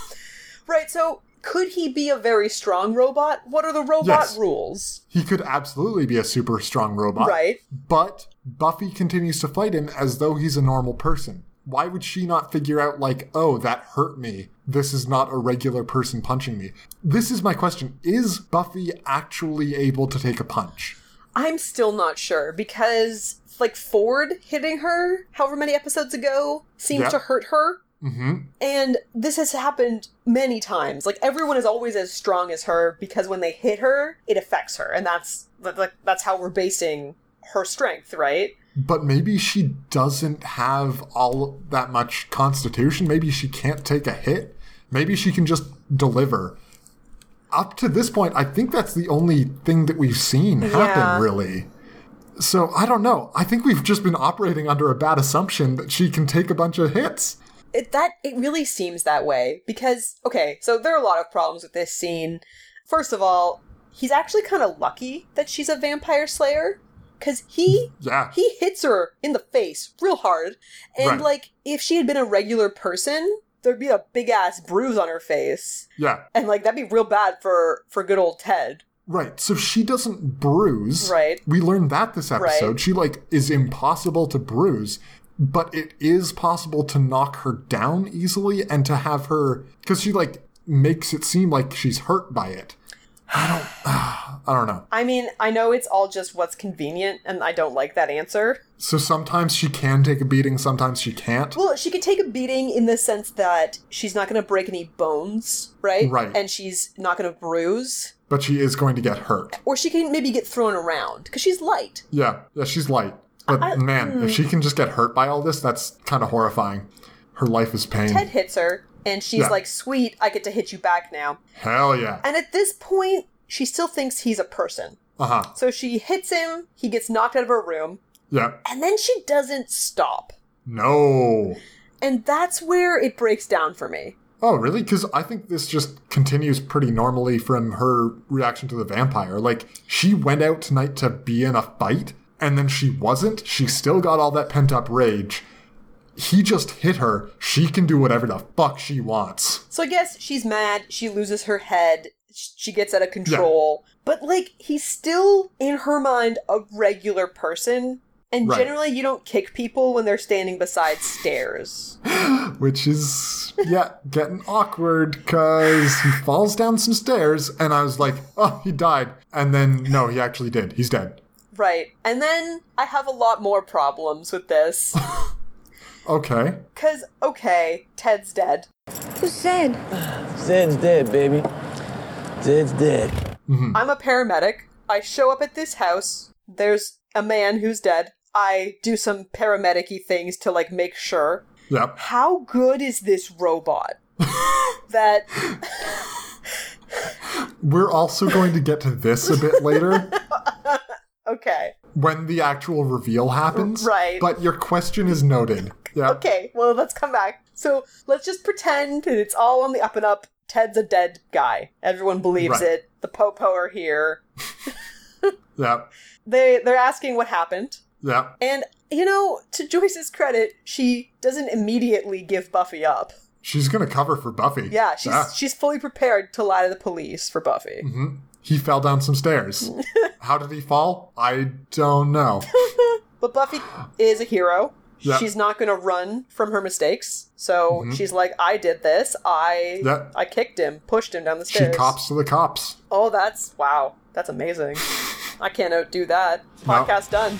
A: right, so could he be a very strong robot? What are the robot
B: Yes.
A: rules?
B: He could absolutely be a super strong robot.
A: Right.
B: But Buffy continues to fight him as though he's a normal person. Why would she not figure out, like, oh, that hurt me? This is not a regular person punching me. This is my question Is Buffy actually able to take a punch?
A: I'm still not sure because, like, Ford hitting her however many episodes ago seemed
B: Yeah.
A: to hurt her. Mm-hmm. And this has happened many times. Like, everyone is always as strong as her because when they hit her, it affects her. And that's, like, that's how we're basing her strength, right?
B: But maybe she doesn't have all that much constitution. Maybe she can't take a hit. Maybe she can just deliver. Up to this point, I think that's the only thing that we've seen happen,
A: Yeah.
B: really. So I don't know. I think we've just been operating under a bad assumption that she can take a bunch of hits.
A: it, that it really seems that way because okay so there are a lot of problems with this scene first of all he's actually kind of lucky that she's a vampire slayer because he
B: Yeah.
A: he hits her in the face real hard and
B: Right.
A: like if she had been a regular person there'd be a big ass bruise on her face
B: Yeah.
A: and like that'd be real bad for for good old ted
B: Right. So she doesn't bruise.
A: Right.
B: We learned that this episode.
A: Right.
B: She like is impossible to bruise, but it is possible to knock her down easily and to have her cuz she like makes it seem like she's hurt by it. I don't <sighs> I don't know.
A: i mean i know it's all just what's convenient and i don't like that answer
B: So sometimes she can take a beating, sometimes she can't.
A: Well, she could take a beating in the sense that she's not going to break any bones, right?
B: Right.
A: And she's not going to bruise.
B: But she is going to get hurt.
A: Or she can maybe get thrown around because she's light.
B: Yeah. Yeah, she's light. But man, if
A: hmm.
B: she can just get hurt by all this, that's kind of horrifying. Her life is pain.
A: Ted hits her, and she's
B: Mm. Yeah.
A: like, sweet, I get to hit you back now.
B: Hell yeah.
A: And at this point, she still thinks he's a person.
B: Uh-huh.
A: So she hits him, he gets knocked out of her room,
B: Yeah.
A: and then she doesn't stop.
B: No.
A: And that's where it breaks down for me.
B: Oh, really? Because I think this just continues pretty normally from her reaction to the vampire. Like, she went out tonight to be in a fight, and then she wasn't. She still got all that pent up rage. He just hit her. She can do whatever the fuck she wants.
A: So I guess she's mad. She loses her head. sh- She gets out of control. But like, he's still in her mind a regular person. And
B: Right.
A: generally, you don't kick people when they're standing beside stairs.
B: Which is, yeah, getting awkward because he falls down some stairs, and I was like, oh, he died. And then, no, he actually did. He's dead.
A: Right. And then I have a lot more problems with this.
B: Okay.
A: Because, okay, Ted's dead.
D: Who said?
L: Zed's dead, baby. Zed's dead.
A: I'm a paramedic. I show up at this house. There's a man who's dead. I do some paramedic y things to like make sure.
B: Yep.
A: How good is this robot? that
B: We're also going to get to this a bit later
A: okay.
B: when the actual reveal happens.
A: Right.
B: But your question is
A: <laughs>
B: noted. Yeah.
A: Okay, well let's come back. So let's just pretend that it's all on the up and up. Ted's a dead guy. Everyone believes
B: Right.
A: it. The popo are here.
B: Yeah.
A: They they're asking what happened.
B: Yeah.
A: And you know, to Joyce's credit, she doesn't immediately give Buffy up.
B: She's gonna cover for Buffy.
A: Yeah, she's
B: Ah.
A: she's fully prepared to lie to the police for Buffy.
B: hmm He fell down some stairs.
A: <laughs>
B: How did he fall? I don't know.
A: But Buffy is a hero.
B: Yeah.
A: She's not going to run from her mistakes. So
B: Mhm.
A: she's like, "I did this. I
B: Yeah.
A: I kicked him, pushed him down the
B: She
A: stairs."
B: cops to the cops.
A: Oh, that's wow. That's amazing. I can't outdo that. Podcast done.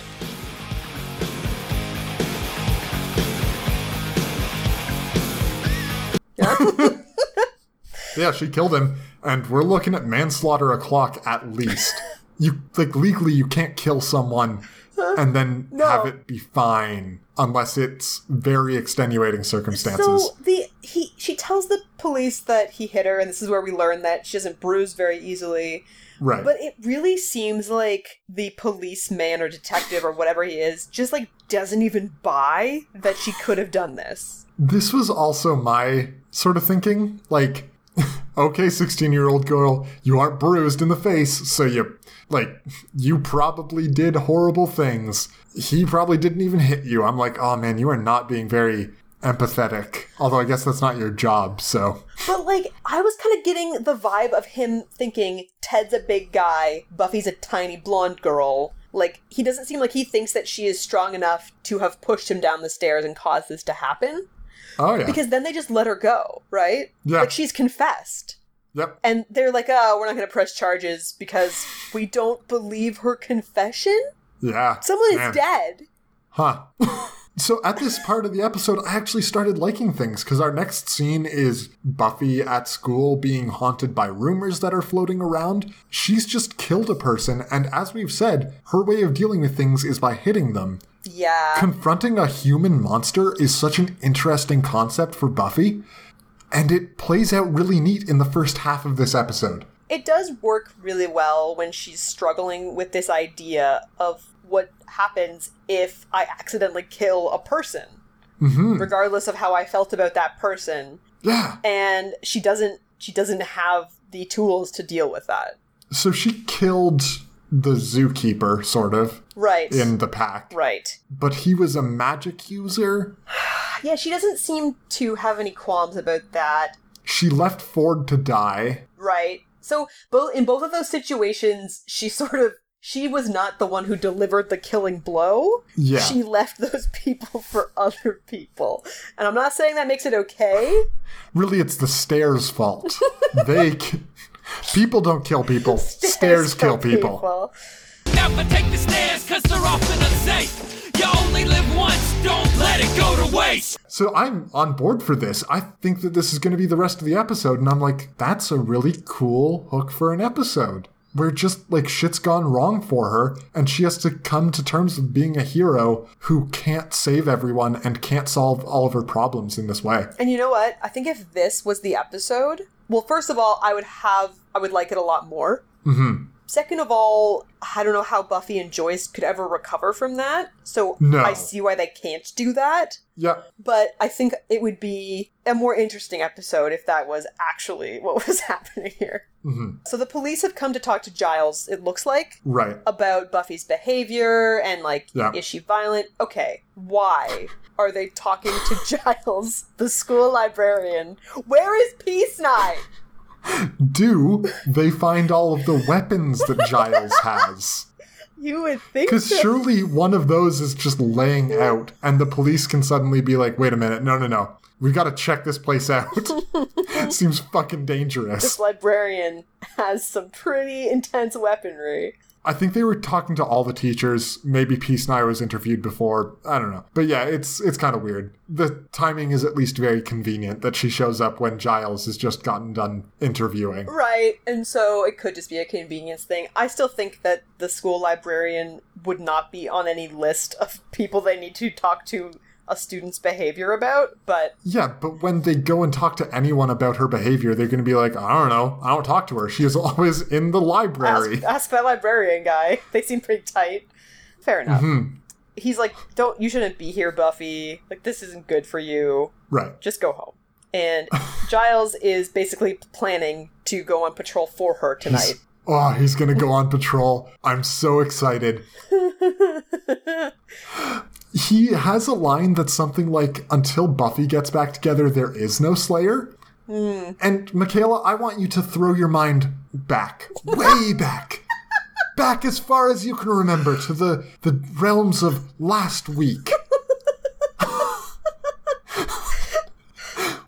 B: Yeah, she killed him, and we're looking at manslaughter o'clock
A: <laughs>
B: at least. you like legally you can't kill someone and then have it be fine unless it's very extenuating circumstances.
A: So the he she tells the police that he hit her, and this is where we learn that she doesn't bruise very easily.
B: Right.
A: But it really seems like the policeman or detective or whatever he is just like doesn't even buy that she could have done this.
B: This was also my sort of thinking. Like, <laughs> okay, 16 year old girl, you aren't bruised in the face, so you, like, you probably did horrible things. He probably didn't even hit you. I'm like, oh man, you are not being very empathetic. Although I guess that's not your job, so.
A: But like I was kind of getting the vibe of him thinking Ted's a big guy, Buffy's a tiny blonde girl. Like he doesn't seem like he thinks that she is strong enough to have pushed him down the stairs and caused this to happen.
B: Oh, yeah.
A: Because then they just let her go, right?
B: Yeah.
A: Like she's confessed.
B: Yep.
A: And they're like, "Oh, we're not going to press charges because we don't believe her confession."
B: Yeah.
A: Someone is
B: Man.
A: dead.
B: Huh. so at this part of the episode, I actually started liking things because our next scene is Buffy at school being haunted by rumors that are floating around. She's just killed a person, and as we've said, her way of dealing with things is by hitting them.
A: Yeah.
B: Confronting a human monster is such an interesting concept for Buffy, and it plays out really neat in the first half of this episode.
A: it does work really well when she's struggling with this idea of what happens if I accidentally kill a person,
B: Mm-hmm.
A: regardless of how I felt about that person.
B: Yeah.
A: And she doesn't she doesn't have the tools to deal with that.
B: So she killed the zookeeper, sort of,
A: Right.
B: in the pack.
A: Right.
B: But he was a magic user.
A: Yeah, she doesn't seem to have any qualms about that.
B: She left Ford to die.
A: Right. So both in both of those situations, she <laughs> sort of she was not the one who delivered the killing blow.
B: Yeah.
A: She left those <laughs> people for other people. And I'm not saying that makes it
B: <laughs>
A: okay.
B: Really, it's the stairs' <laughs> fault. they ki- people don't kill people. Stairs, kill people.
C: Never take the stairs, cause they're often unsafe. You only live once, don't let it go to waste.
B: So I'm on board for this. I think that this is going to be the rest of the episode, and I'm like, that's a really cool hook for an episode. Where just like shit's gone wrong for her, and she has to come to terms with being a hero who can't save everyone and can't solve all of her problems in this way.
A: And you know what? I think if this was the episode, well, first of all, I would have I would like it a lot more.
B: Mm-hmm.
A: Second of all, I don't know how Buffy and Joyce could ever recover from that. So
B: No.
A: I see why they can't do that.
B: Yeah.
A: But I think it would be a more interesting episode if that was actually <laughs> what was happening here.
B: Mm-hmm.
A: So the police have come to talk to Giles, it looks like,
B: Right.
A: about Buffy's behavior and, like,
B: Yeah.
A: is she violent? Okay, why are they talking to <laughs> Giles, the school librarian? Where is Peace Night?
B: Do they find all of the weapons that Giles has?
A: You would
B: <laughs>
A: think
B: Because
A: that-
B: surely one of those is just laying out, and the police can suddenly be like, wait a minute, no, no, no. We've got to check this place out. it seems fucking
A: this
B: dangerous.
A: librarian has some pretty intense weaponry.
B: I think they were talking to all the teachers. Maybe Peace Nye was interviewed before. I don't know. But yeah, it's it's kind of weird. The timing is at least very convenient that she shows up when Giles has just gotten done interviewing.
A: Right, and so it could just be a convenience thing. I still think that the school librarian would not be on any list of people they need to talk to a student's behavior about, but
B: Yeah, but when they go and talk to anyone about her behavior, they're going to be like, I don't know. I don't talk to her. She is <laughs> always in the library.
A: ask, ask that librarian guy. <laughs> They seem pretty tight. Fair enough.
B: Mhm.
A: He's like, "Don't you shouldn't be here, Buffy. Like this isn't good for you.
B: Right.
A: Just go home."
B: <laughs>
A: And Giles is basically planning to go on patrol for her tonight.
B: He's- oh, he's going to go on patrol. I'm so excited. he has a line that's something like until Buffy gets back together, there is no Slayer.
A: Hmm.
B: And Michaela, I want you to throw your mind back, way back, back as far as you can remember to the, the realms of last week. <laughs>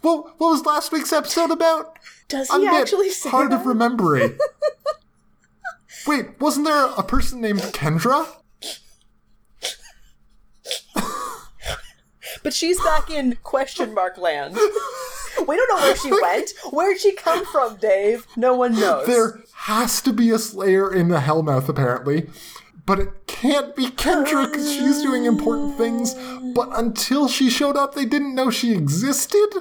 B: well, what was last week's episode about?
A: Does
B: I'm
A: he
B: a bit
A: actually say
B: hard
A: that? <laughs>
B: of remembering? Wait, wasn't there a person named Kendra?
A: But she's back in question mark land. We don't know where
B: <laughs>
A: she went. Where'd she come from, Dave? No one knows.
B: There has to be a Slayer in the Hellmouth, apparently. But it can't be Kendra because she's doing important things.
A: Uh.
B: But until she showed up, they didn't know she existed?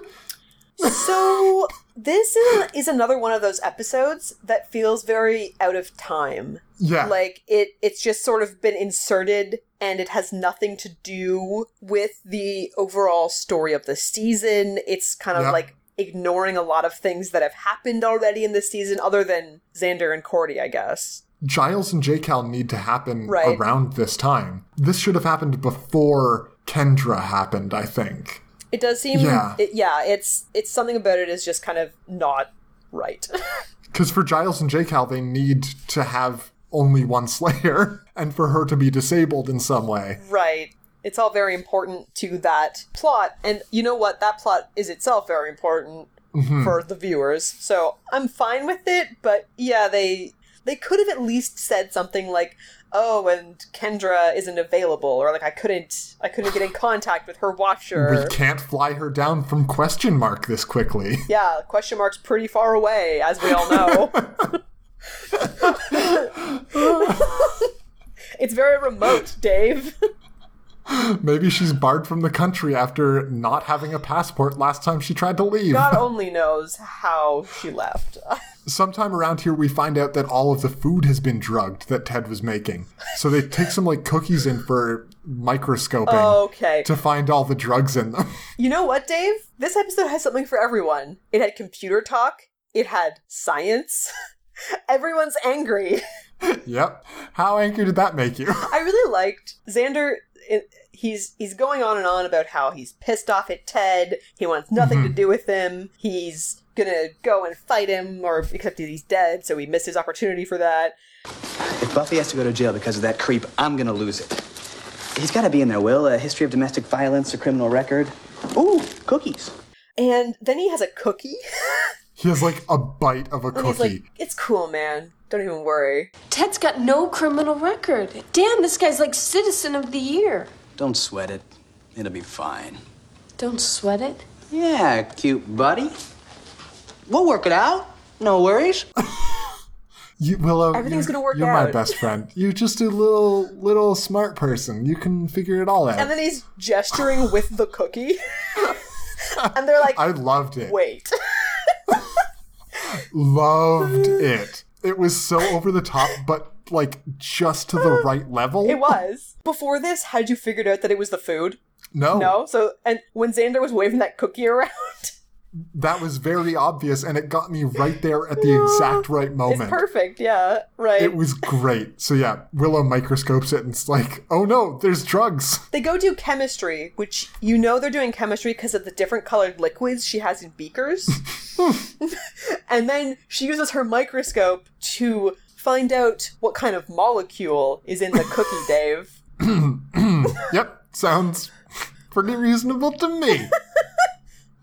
A: So this is, is another one of those episodes that feels very out of time.
B: Yeah.
A: Like it it's just sort of been inserted and it has nothing to do with the overall story of the season. It's kind of
M: Yep.
A: like ignoring a lot of things that have happened already in the season other than Xander and Cordy, I guess.
B: Giles and J-Cal need to happen
A: Right.
B: around this time. This should have happened before Kendra happened, I think.
A: It does seem
B: Yeah.
A: it- yeah, it's it's something about it is just kind of not right. <laughs>
B: Because for Giles and J-Cal, they need to have only one Slayer <laughs> and for her to be disabled in some way.
A: Right. It's all very important to that plot. And you know what? That plot is itself very important
B: Mhm.
A: for the viewers. So I'm fine with it, but yeah, they they could have at least said something like, "Oh, and Kendra isn't available," or like, "I couldn't I couldn't get in contact with her watcher."
B: We can't fly her down from question mark
A: <laughs>
B: this quickly.
A: Yeah, question mark's pretty far away, as we all know. it's very remote, Dave.
B: Maybe she's barred from the country after not having a passport last time she tried to leave. <laughs>
A: God only knows how she left.
B: Sometime around here, we find out that all of the food has been drugged that Ted was making. So they take some like cookies in for microscoping
A: Oh, Okay.
B: to find all the drugs in them. <laughs>
A: You know what, Dave? This episode has something for everyone. It had computer talk, it had science. <laughs> Everyone's angry.
B: yep. How angry did that make you? <laughs>
A: I really liked Xander. It, he's he's going on and on about how he's pissed off at Ted. He wants nothing to
B: Mhm.
A: do with him. He's gonna go and fight him, or except that he's dead, so he missed his opportunity for that.
E: If Buffy has to go to jail because of that creep, I'm gonna lose it. He's gotta be in there, Will. A history of domestic violence, a criminal record. Ooh, cookies.
A: And then he has a cookie, <laughs>
B: He has like a bite of a
A: and he's
B: cookie.
A: like, "It's cool, man. Don't even worry."
D: Ted's got no criminal record. Damn, this guy's like citizen of the year.
E: Don't sweat it. It'll be fine.
D: Don't sweat it.
E: Yeah, cute buddy. We'll work it out. No worries.
B: You, Willow,
A: Everything's
B: you-
A: gonna work
B: You're my
A: out. <laughs>
B: best friend. You're just a little, little smart person. You can figure it all out.
A: And then he's
B: <sighs>
A: gesturing with the cookie, <laughs> and they're like,
B: I loved it.
A: "Wait." <laughs>
B: Loved it. It was so over the top, but like just to the right level.
A: It was. Before this, had you figured out that it was the food?
B: No.
A: No? So, and when Xander was waving that cookie around,
B: Oh, That was very obvious, and it got
A: <laughs>
B: me right there at the exact right
A: it's
B: moment.
A: perfect. Yeah, right.
B: It was great. So yeah, Willow microscopes it and it's like, oh no, there's drugs.
A: they go do chemistry, which you know they're doing chemistry because of the different colored liquids she has in
B: <laughs>
A: beakers. <laughs> and then she uses her microscope to find out what kind of molecule is in the
B: <laughs>
A: cookie, Dave.
B: yep, sounds pretty reasonable to me.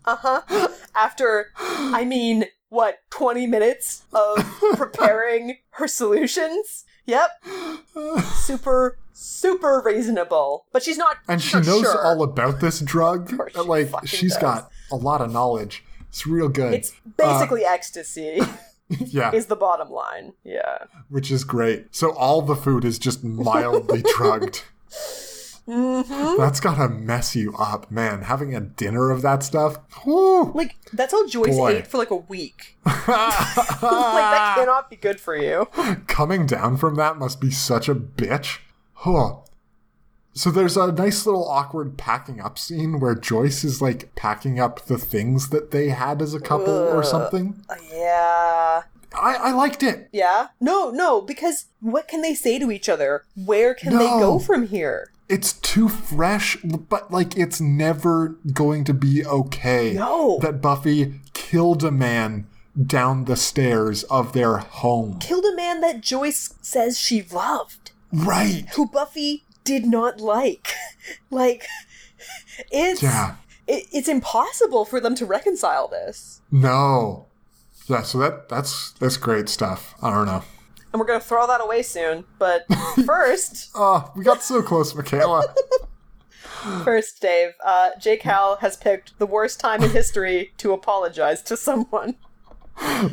A: Uh-huh. After
B: <laughs>
A: I mean, what, 20 minutes of preparing her solutions? Yep.
B: <laughs>
A: super, super reasonable. But she's not.
B: and she
A: not
B: knows
A: sure.
B: all about this drug. like she's
A: does.
B: got a lot of knowledge. It's real good.
A: It's <laughs>
B: Uh,
A: basically ecstasy.
B: yeah.
A: Is the bottom line. Yeah.
B: which is great. So all the food is
A: <laughs>
B: just mildly drugged.
A: hmm
B: That's gotta mess you up, man. Having a dinner of that stuff. Whew.
A: Like that's all Joyce
B: Boy.
A: ate for like a week. <laughs> Ah. like
B: <laughs>
A: that cannot be good for you.
B: Coming down from that must be such a bitch. Huh. So there's a nice little awkward packing up scene where Joyce is like packing up the things that they had as a couple or
A: Ugh.
B: something.
A: Yeah.
B: I, I liked it.
A: Yeah? No, no, because what can they say to each other? Where can they
B: No.
A: go from here?
B: It's too fresh, but like it's never going to be okay.
A: No.
B: That Buffy killed a man down the stairs of their home.
A: Killed a man that Joyce says she loved,
B: Right.
A: who Buffy did not like. <laughs> like, it's
B: Yeah.
A: it, it's impossible for them to reconcile this.
B: No. Yeah, so that that's that's great stuff. I don't know.
A: And we're gonna throw that away soon.
B: <laughs>
A: But first,
B: Oh, we got so close, Michaela.
A: first, Dave, uh, Jake Hal has picked the worst time in history to apologize to someone.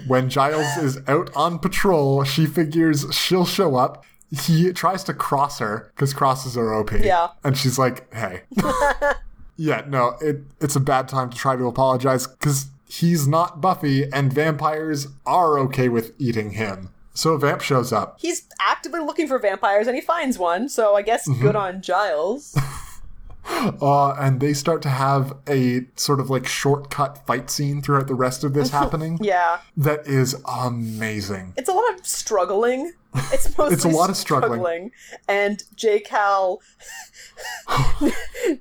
B: when Giles is out on patrol, she figures she'll show up. He tries to cross her because crosses are OP.
A: Yeah.
B: And she's
A: <laughs>
B: like, hey. yeah, no, it, it's a bad time to try to apologize because he's not Buffy and vampires are okay with eating him. So a vamp shows up.
A: He's actively looking for vampires and he finds one, so I guess
B: Mm-hmm.
A: good on Giles.
B: <laughs> Uh, and they start to have a sort of like shortcut fight scene throughout the rest
A: <laughs>
B: of this happening
A: yeah.
B: that is amazing.
A: It's a lot of struggling. It's mostly
B: It's a lot of struggling.
A: And Jake
B: <laughs>
A: Hal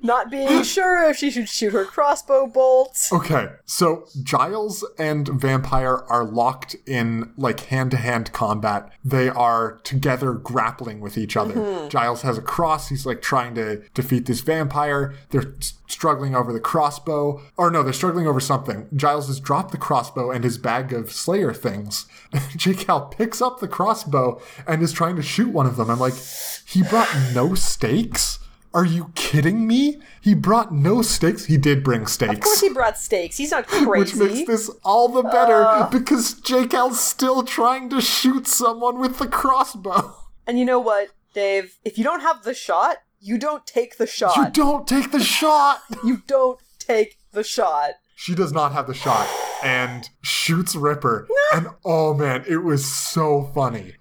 A: not being sure if she should shoot her crossbow bolt.
B: Okay, so Giles and Vampire are locked in like hand to hand combat. They are together grappling with each other.
A: Mm-hmm.
M: Mhm.
B: Giles has a cross. He's like trying to defeat this vampire. They're s- struggling over the crossbow. Or no, they're struggling over something. Giles has dropped the crossbow and his bag of Slayer things. <laughs> Jake Hal picks up the crossbow and is trying to shoot one of them. I'm like, he brought no stakes? Are you kidding me? He brought no stakes. He did bring stakes.
A: Of course he brought stakes. He's not crazy.
B: <laughs> Which makes this all the better because Jake L's still trying to shoot someone with the crossbow.
A: And you know what, Dave? If you don't have the shot, you don't take the shot.
B: You don't take the shot.
A: you don't take the shot.
B: She does not have the shot and shoots Ripper. And oh man, it was so
A: <laughs>
B: funny.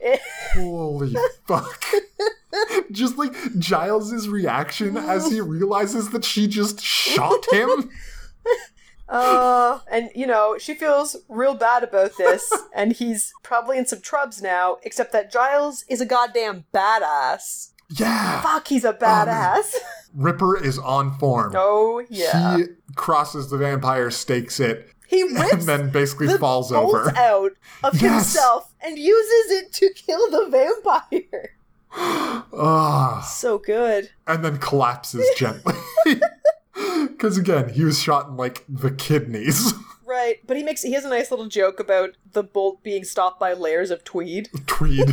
B: Holy fuck. <laughs> Just like Giles's reaction as
A: <laughs>
B: he realizes that she just shot him.
A: Uh, <laughs> and you know, she feels real bad about
B: <laughs>
A: this, and he's probably in some trubs now, except that Giles is a goddamn badass.
B: Yeah.
A: Fuck, he's a
B: Um, <laughs>
A: badass.
B: Ripper is on form.
A: Oh, yeah.
B: He crosses the vampire, stakes it,
A: He rips
B: and then basically
A: the
B: falls
A: bolt
B: over.
A: out of
B: Yes.
A: himself and uses it to kill the
B: <sighs>
A: vampire.
B: Ugh.
A: So good.
B: Ah, and then collapses gently. <laughs> Because again, he was shot in like the kidneys. <laughs>
A: Right, but he makes he has a nice little joke about the bolt being stopped by layers of
B: <laughs>
A: tweed.
B: Tweed.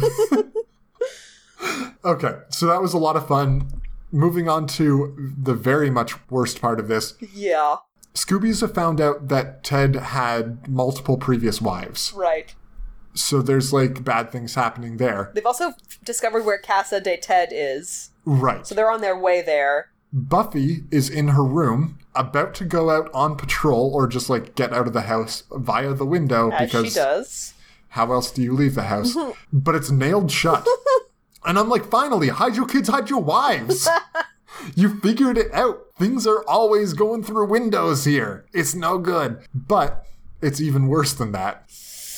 B: okay, so that was a lot of fun. Moving on to the very much worst part of this.
A: Yeah,
B: Scoobies have found out that Ted had multiple previous wives.
A: right.
B: So there's like bad things happening there.
A: They've also discovered where Casa de Ted is.
B: Right.
A: So they're on their way there.
B: Buffy is in her room, about to go out on patrol or just like get out of the house via the window
A: As she
B: because
A: does.
B: how else do you leave the house? but it's nailed shut. and I'm like, finally, hide your kids, hide your wives. you figured it out. Things are always going through windows here. It's no good. But it's even worse than that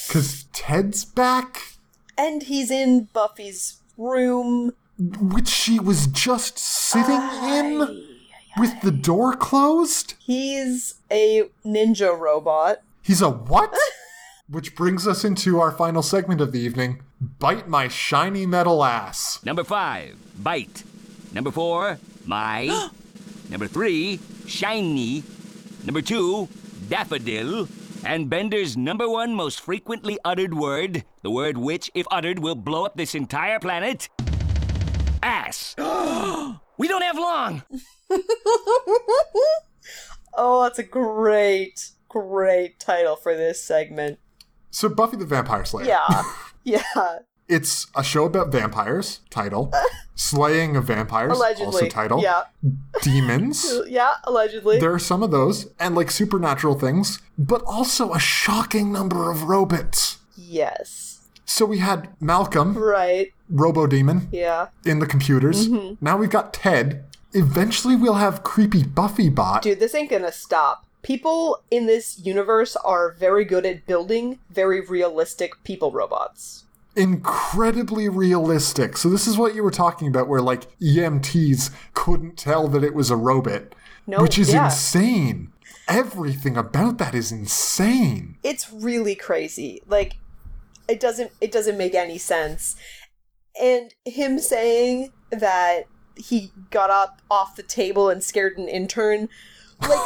B: because Ted's back,
A: And he's in Buffy's room.
B: which she was just sitting in with the door closed.
A: He's a ninja robot.
B: He's a what? Which brings us into our final segment of the evening Bite My Shiny Metal Ass.
N: Number five, bite. Number four, my. Number three, shiny. Number two, daffodil. And Bender's number one most frequently uttered word, the word which, if uttered, will blow up this entire planet ass. we don't have long.
A: Oh, that's a great, great title for this segment.
B: So Buffy the Vampire Slayer.
A: Yeah. <laughs> Yeah.
B: It's a show about vampires,
A: <laughs>
B: title. Slaying of vampires,
A: Allegedly.
B: also title.
A: Yeah.
B: <laughs>
A: <laughs>
B: Demons.
A: Yeah, allegedly.
B: There are some of those, and like supernatural things, but also a shocking number of robots.
A: yes.
B: So we had Malcolm,
A: Right.
B: Robo Demon,
A: Yeah.
B: in the computers.
A: Mhm.
B: Now we've got Ted. Eventually we'll have creepy Buffy bot.
A: Dude, this ain't gonna stop. People in this universe are very good at building very realistic people robots.
B: Incredibly realistic. So this is what you were talking about where like EMTs couldn't tell that it was a robot.
A: No,
B: which is
A: yeah.
B: insane. Everything about that is insane.
A: It's really crazy. Like it doesn't it doesn't make any sense. And him saying that he got up off the table and scared an intern, like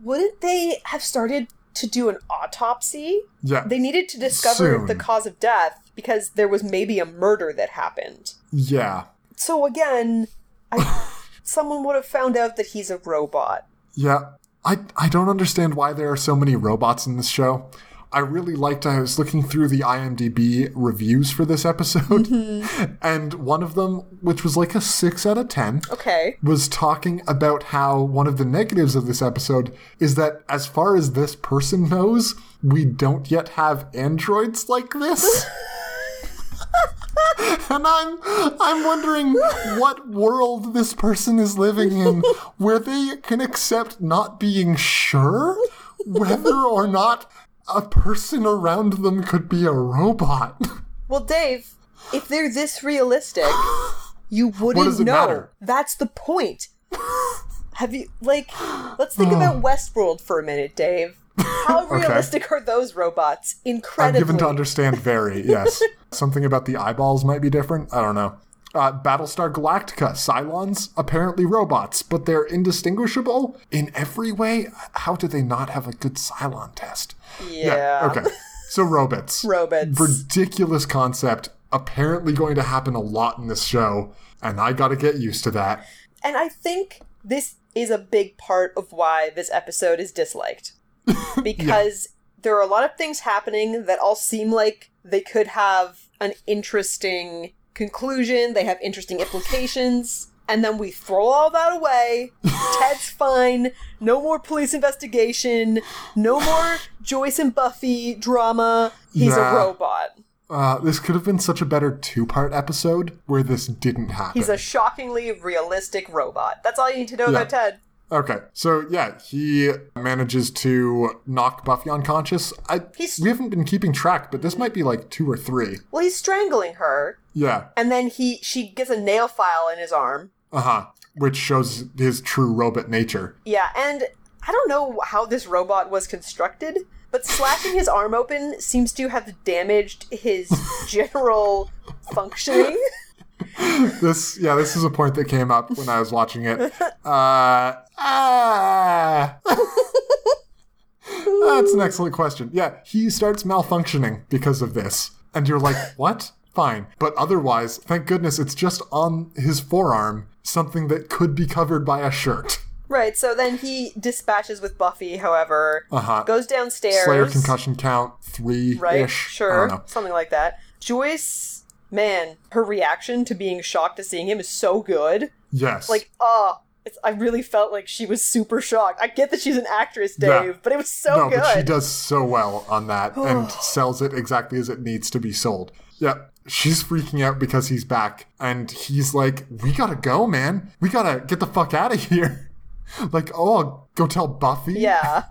A: wouldn't they have started to do an autopsy?
B: Yeah.
A: They needed to discover
B: Soon.
A: the cause of death because there was maybe a murder that happened.
B: Yeah.
A: So again, I, someone would have found out that he's a robot.
B: Yeah. I I don't understand why there are so many robots in this show. I really liked I was looking through the IMDb reviews for this episode
A: Mm-hmm.
B: <laughs> and one of them which was like a 6 out of 10
A: Okay.
B: was talking about how one of the negatives of this episode is that as far as this person knows, we don't yet have androids like this. and I'm I'm wondering what world this person is living in where they can accept not being sure whether or not a person around them could be a robot. <laughs>
A: Well, Dave, if they're this realistic,
B: <gasps>
A: you wouldn't
B: does it
A: know.
B: matter?
A: That's the
B: <laughs>
A: point. Have you like? Let's think
B: Oh.
A: about Westworld for a minute, Dave. How
B: <laughs> Okay.
A: realistic are those robots?
B: I'm
A: Incredibly.
B: given to understand very,
A: <laughs>
B: yes. Something about the eyeballs might be different. I don't know. Uh, Battlestar Galactica, Cylons, apparently robots, but they're indistinguishable in every way. How do they not have a good Cylon test?
A: Yeah.
B: okay.
A: <laughs>
B: So robots.
A: Robots.
B: Ridiculous concept. Apparently going to happen a lot in this show, and I got to get used to that.
A: And I think this is a big part of why this episode is
B: <laughs>
A: disliked. Because there are a lot of things happening that all seem like they could have an interesting conclusion, they have interesting implications, and then we throw all that
B: <laughs>
A: away. Ted's fine, no more police investigation, no more Joyce and Buffy drama. He's
B: Yeah.
A: a robot.
B: Uh, this could have been such a better two-part episode where this didn't happen.
A: He's a shockingly realistic robot. That's all you need to know
B: Yeah.
A: about Ted.
B: Okay, so yeah, he manages to knock Buffy unconscious. I we haven't been keeping track, but this might be like two or three.
A: Well, he's strangling her,
B: Yeah,
A: and then he she gets a nail file in his arm.
B: uh huh. Which shows his true robot nature.
A: Yeah, and I don't know how this robot was constructed, but slashing his arm open seems to have damaged
B: <laughs>
A: his general functioning.
B: This yeah, this is a point that came up when I was watching it. Uh, ah. <laughs> That's an excellent question. Yeah, he starts malfunctioning because of this, and you're like, <laughs> what? Fine, but otherwise, thank goodness it's just on his forearm, something that could be covered by a shirt.
A: right, so then he dispatches with Buffy, however,
B: Uh-huh.
A: goes downstairs.
B: Slayer concussion count three ish.
A: right?
B: I don't
A: Sure,
B: know.
A: something like that. Joyce, man, her reaction to being shocked to seeing him is so good.
B: Yes.
A: Like, oh, it's, I really felt like she was super shocked. I get that she's an actress, Dave,
B: Yeah.
A: but it was so
B: no,
A: good.
B: but she does so well
A: <sighs>
B: on that and sells it exactly as it needs to be sold. Yeah. She's freaking out because he's back and he's like, We gotta go, man. We gotta get the fuck out of here. <laughs> like, oh, I'll go tell Buffy.
A: Yeah.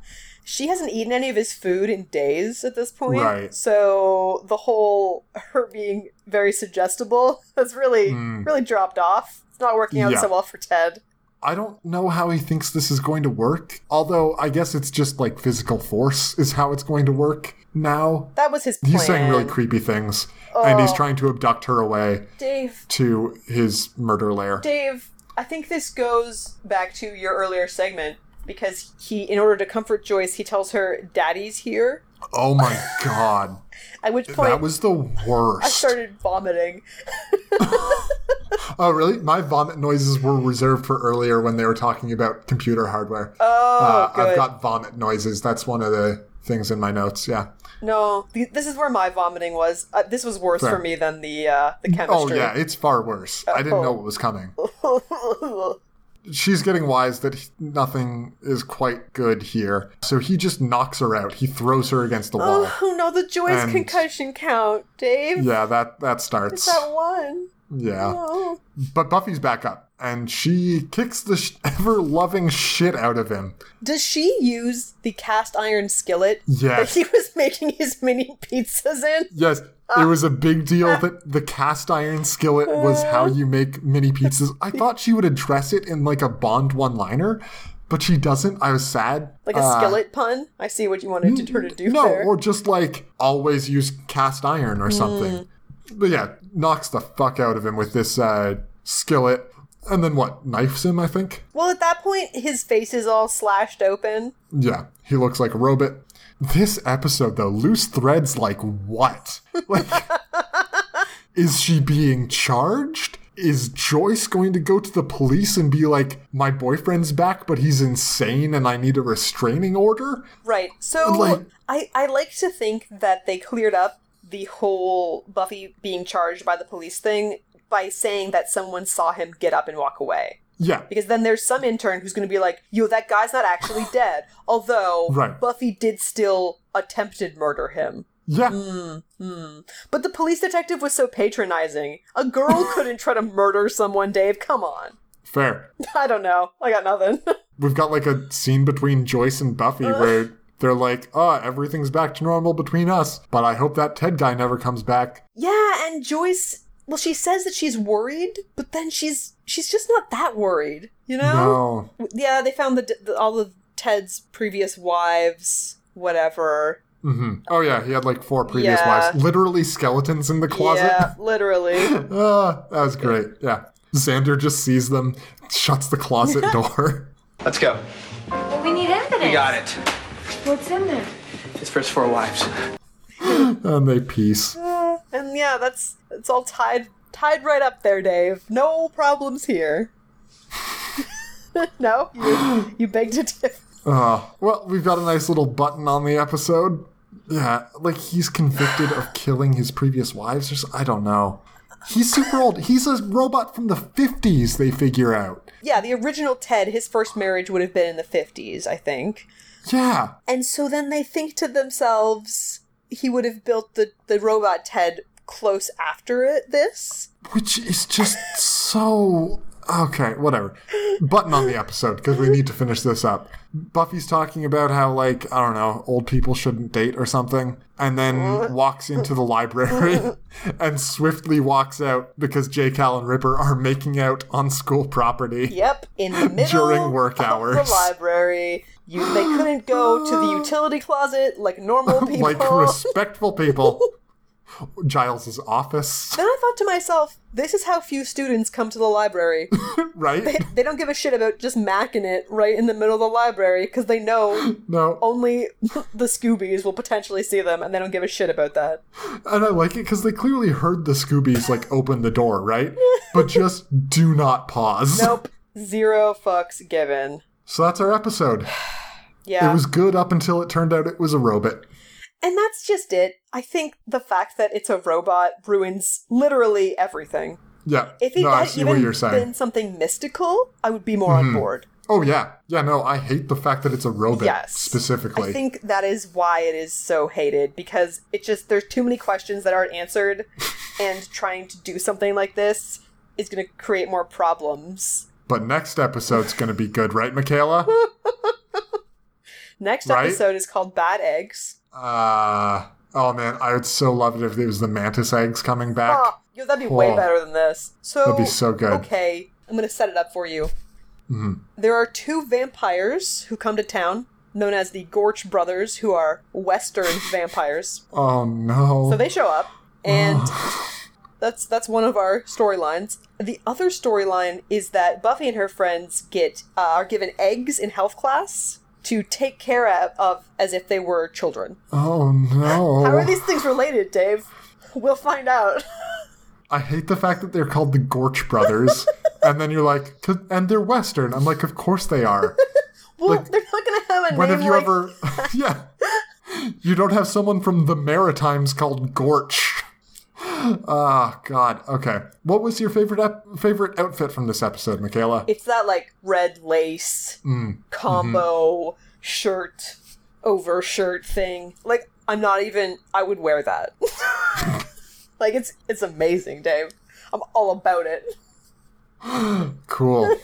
A: She hasn't eaten any of his food in days at this point.
B: Right.
A: So the whole her being very suggestible <laughs> has really
B: Mm.
A: really dropped off. It's not working out
B: Yeah.
A: so well for Ted.
B: I don't know how he thinks this is going to work. Although I guess it's just like physical force is how it's going to work now.
A: That was his plan.
B: He's saying really creepy things, and he's
A: Oh.
B: trying to abduct her away
A: Dave,
B: to his murder lair.
A: Dave, I think this goes back to your earlier segment because he, in order to comfort Joyce, he tells her, "Daddy's here."
B: Oh my
A: <laughs>
B: god.
A: At which point,
B: that was the
A: I
B: worst.
A: started vomiting.
B: Oh, really? My vomit noises were reserved for earlier when they were talking about computer hardware.
A: Oh,
B: uh, I've
A: good.
B: got vomit noises. That's one of the things in my notes. Yeah.
A: No, th- this is where my vomiting was. Uh, this was worse
B: Fair.
A: for me than the uh, the
B: Oh,
A: chemistry.
B: yeah, it's far worse. I didn't
A: Oh.
B: know what was coming.
A: <laughs>
B: She's getting wise that he- nothing is quite good here. So he just knocks her out. He throws her against
A: <laughs>
B: the wall.
A: oh no, the Joyce
B: And-
A: concussion count, Dave.
B: Yeah, that that
A: It's
B: starts.
A: that one. Oh.
B: yeah.
A: No.
B: But Buffy's back up and she kicks the sh- <laughs> ever loving shit out of him.
A: Does she use the cast iron skillet
B: Yes.
A: that he was making his mini pizzas in?
B: Yes, it was a big
A: Ah.
B: deal that the cast iron skillet was how you make mini pizzas.
A: <laughs>
B: I thought she would address it in like a Bond one liner, but she doesn't. I was sad.
A: Like a
B: Uh,
A: skillet pun? I see what you wanted her to do
B: No,
A: there.
B: or just like always use cast iron or
A: Hmm.
B: something. But yeah, knocks the fuck out of him with this uh, skillet. And then what? Knifes him, I think?
A: Well, at that point, his face is all slashed open.
B: Yeah, he looks like a robot. This episode, though, loose threads like what? Like, is she being charged? Is Joyce going to go to the police and be like, my boyfriend's back, but he's insane and I need a restraining order?
A: Right. So
B: Like-
A: I, I like to think that they cleared up the whole Buffy being charged by the police thing by saying that someone saw him get up and walk away.
B: Yeah.
A: Because then there's some intern who's going to be like, yo, that guy's not actually <sighs> dead. Although
B: Right.
A: Buffy did still attempted murder him.
B: Yeah.
A: Hmm. But the police detective was so patronizing. A <sighs> girl couldn't try to murder someone, Dave. Come on. <laughs>
B: Fair.
A: I don't know. I got nothing. <laughs>
B: We've got like a scene between Joyce and Buffy where they're like, oh, everything's back to normal between us, but I hope that Ted guy never comes back.
A: Yeah, and Joyce, well, she says that she's worried, but then she's she's just not that worried, you know?
B: No.
A: Yeah, they found the, the all of Ted's previous wives, whatever.
B: hmm Oh yeah, he had like four previous
A: Yeah.
B: wives. Literally skeletons in the closet.
A: Yeah, <laughs> literally.
B: Ah, <laughs> that was great. Yeah. Xander just sees them, shuts
A: <laughs>
B: the closet door. <laughs>
M: Let's go.
G: Well, we need evidence.
M: We got it.
G: What's in there?
M: His first four wives.
B: and they peace.
A: Uh, and yeah, that's it's all tied tied right up there, Dave. No problems here. <laughs> no, you, you begged to differ.
B: Uh, well, we've got a nice little button on the episode. Yeah, like he's convicted of killing his previous wives or s I don't know. He's super old. He's a robot from the 50s, they figure out.
A: <laughs> Yeah, the original Ted, his first marriage would have been in the fifties, I think.
B: Yeah.
A: And so then they think to themselves, he would have built the, the robot Ted close after it, this.
B: Which is just so. Okay, whatever. Button on the episode because we need to finish this up. Buffy's talking about how, like, I don't know, old people shouldn't date or something, and then walks into the
A: <laughs>
B: library and swiftly walks out because Jake Al and Ripper are making out on school property.
A: Yep, in
B: <laughs>
A: the middle
B: During work
A: of
B: hours.
A: the library. You, they couldn't go to
B: <gasps>
A: the utility closet like normal people.
B: like, respectful people. Giles's office,
A: then I thought to myself, this is how few students come to the
B: <laughs>
A: library.
B: right?
A: they, they don't give a shit about just macking it right in the middle of the library because they
B: <laughs>
A: know
B: no.
A: only <laughs> the Scoobies will potentially see them and they don't give a shit about that.
B: And I like it because they clearly heard the Scoobies like open the door, right? But just do not pause.
A: Nope. Zero fucks given.
B: So that's our episode.
A: Yeah.
B: It was good up until it turned out it was a robot.
A: And that's just it. I think the fact that it's a robot ruins literally everything.
B: Yeah.
A: If it
B: no, I
A: had
B: see
A: even
B: what you're saying.
A: been something mystical, I would be more on
B: Mhm.
A: board.
B: Oh yeah. Yeah, no, I hate the fact that it's a robot
A: Yes.
B: specifically.
A: I think that is why it is so hated because it just there's too many questions that aren't answered,
B: <laughs>
A: and trying to do something like this is going to create more problems.
B: But next episode's gonna be good,
A: <laughs>
B: right, Michaela?
A: Next
B: Right?
A: episode is called Bad Eggs.
B: Uh oh man, I would so love it if it was the mantis eggs coming back.
A: Ah, yo, that'd be way
B: Oh.
A: better than this. So
B: That'd be so good.
A: Okay, I'm going to set it up for you.
B: Mhm.
A: There are two vampires who come to town, known as the Gorch brothers, who are Western <laughs> vampires.
B: Oh no.
A: So they show up, and <sighs> That's that's one of our storylines. The other storyline is that Buffy and her friends get uh, are given eggs in health class to take care of, of as if they were children.
B: Oh no.
A: <laughs> How are these things related, Dave? We'll find out. <laughs>
B: I hate the fact that they're called the
A: <laughs>
B: Gorch Brothers. and then you're like, "C- and they're Western. I'm like, of course they are.
A: Well, they're not going to have a
B: when
A: name
B: have you
A: like
B: ever. <laughs> yeah. You don't have someone from the Maritimes called Gorch. Ah, God. Okay. What was your favorite ep- favorite outfit from this episode, Michaela?
A: it's that like red lace
B: Mm.
A: combo shirt over shirt thing. Like I'm not even I would wear that. <laughs> like it's it's amazing, Dave. I'm all about it.
B: Cool.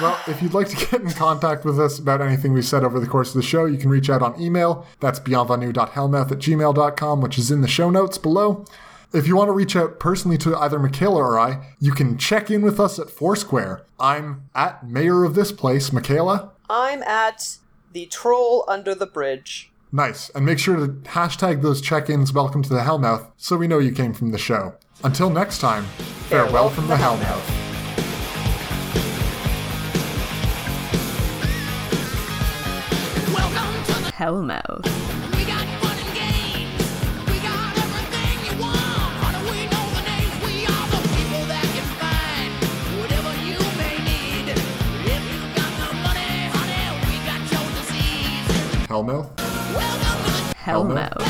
B: well, if you'd like to get in contact with us about anything we said over the course of the show, you can reach out on email. That's bienvenue.hellmouth at gmail.com, which is in the show notes below. If you want to reach out personally to either Michaela or I, you can check in with us at Foursquare. I'm at mayor of this place, Michaela.
A: I'm at the troll under the bridge.
B: Nice. And make sure to hashtag those check ins welcome to the Hellmouth so we know you came from the show. Until next time, farewell, from the Hellmouth.
M: Hellmouth.
B: Hellmouth?
M: Hellmouth.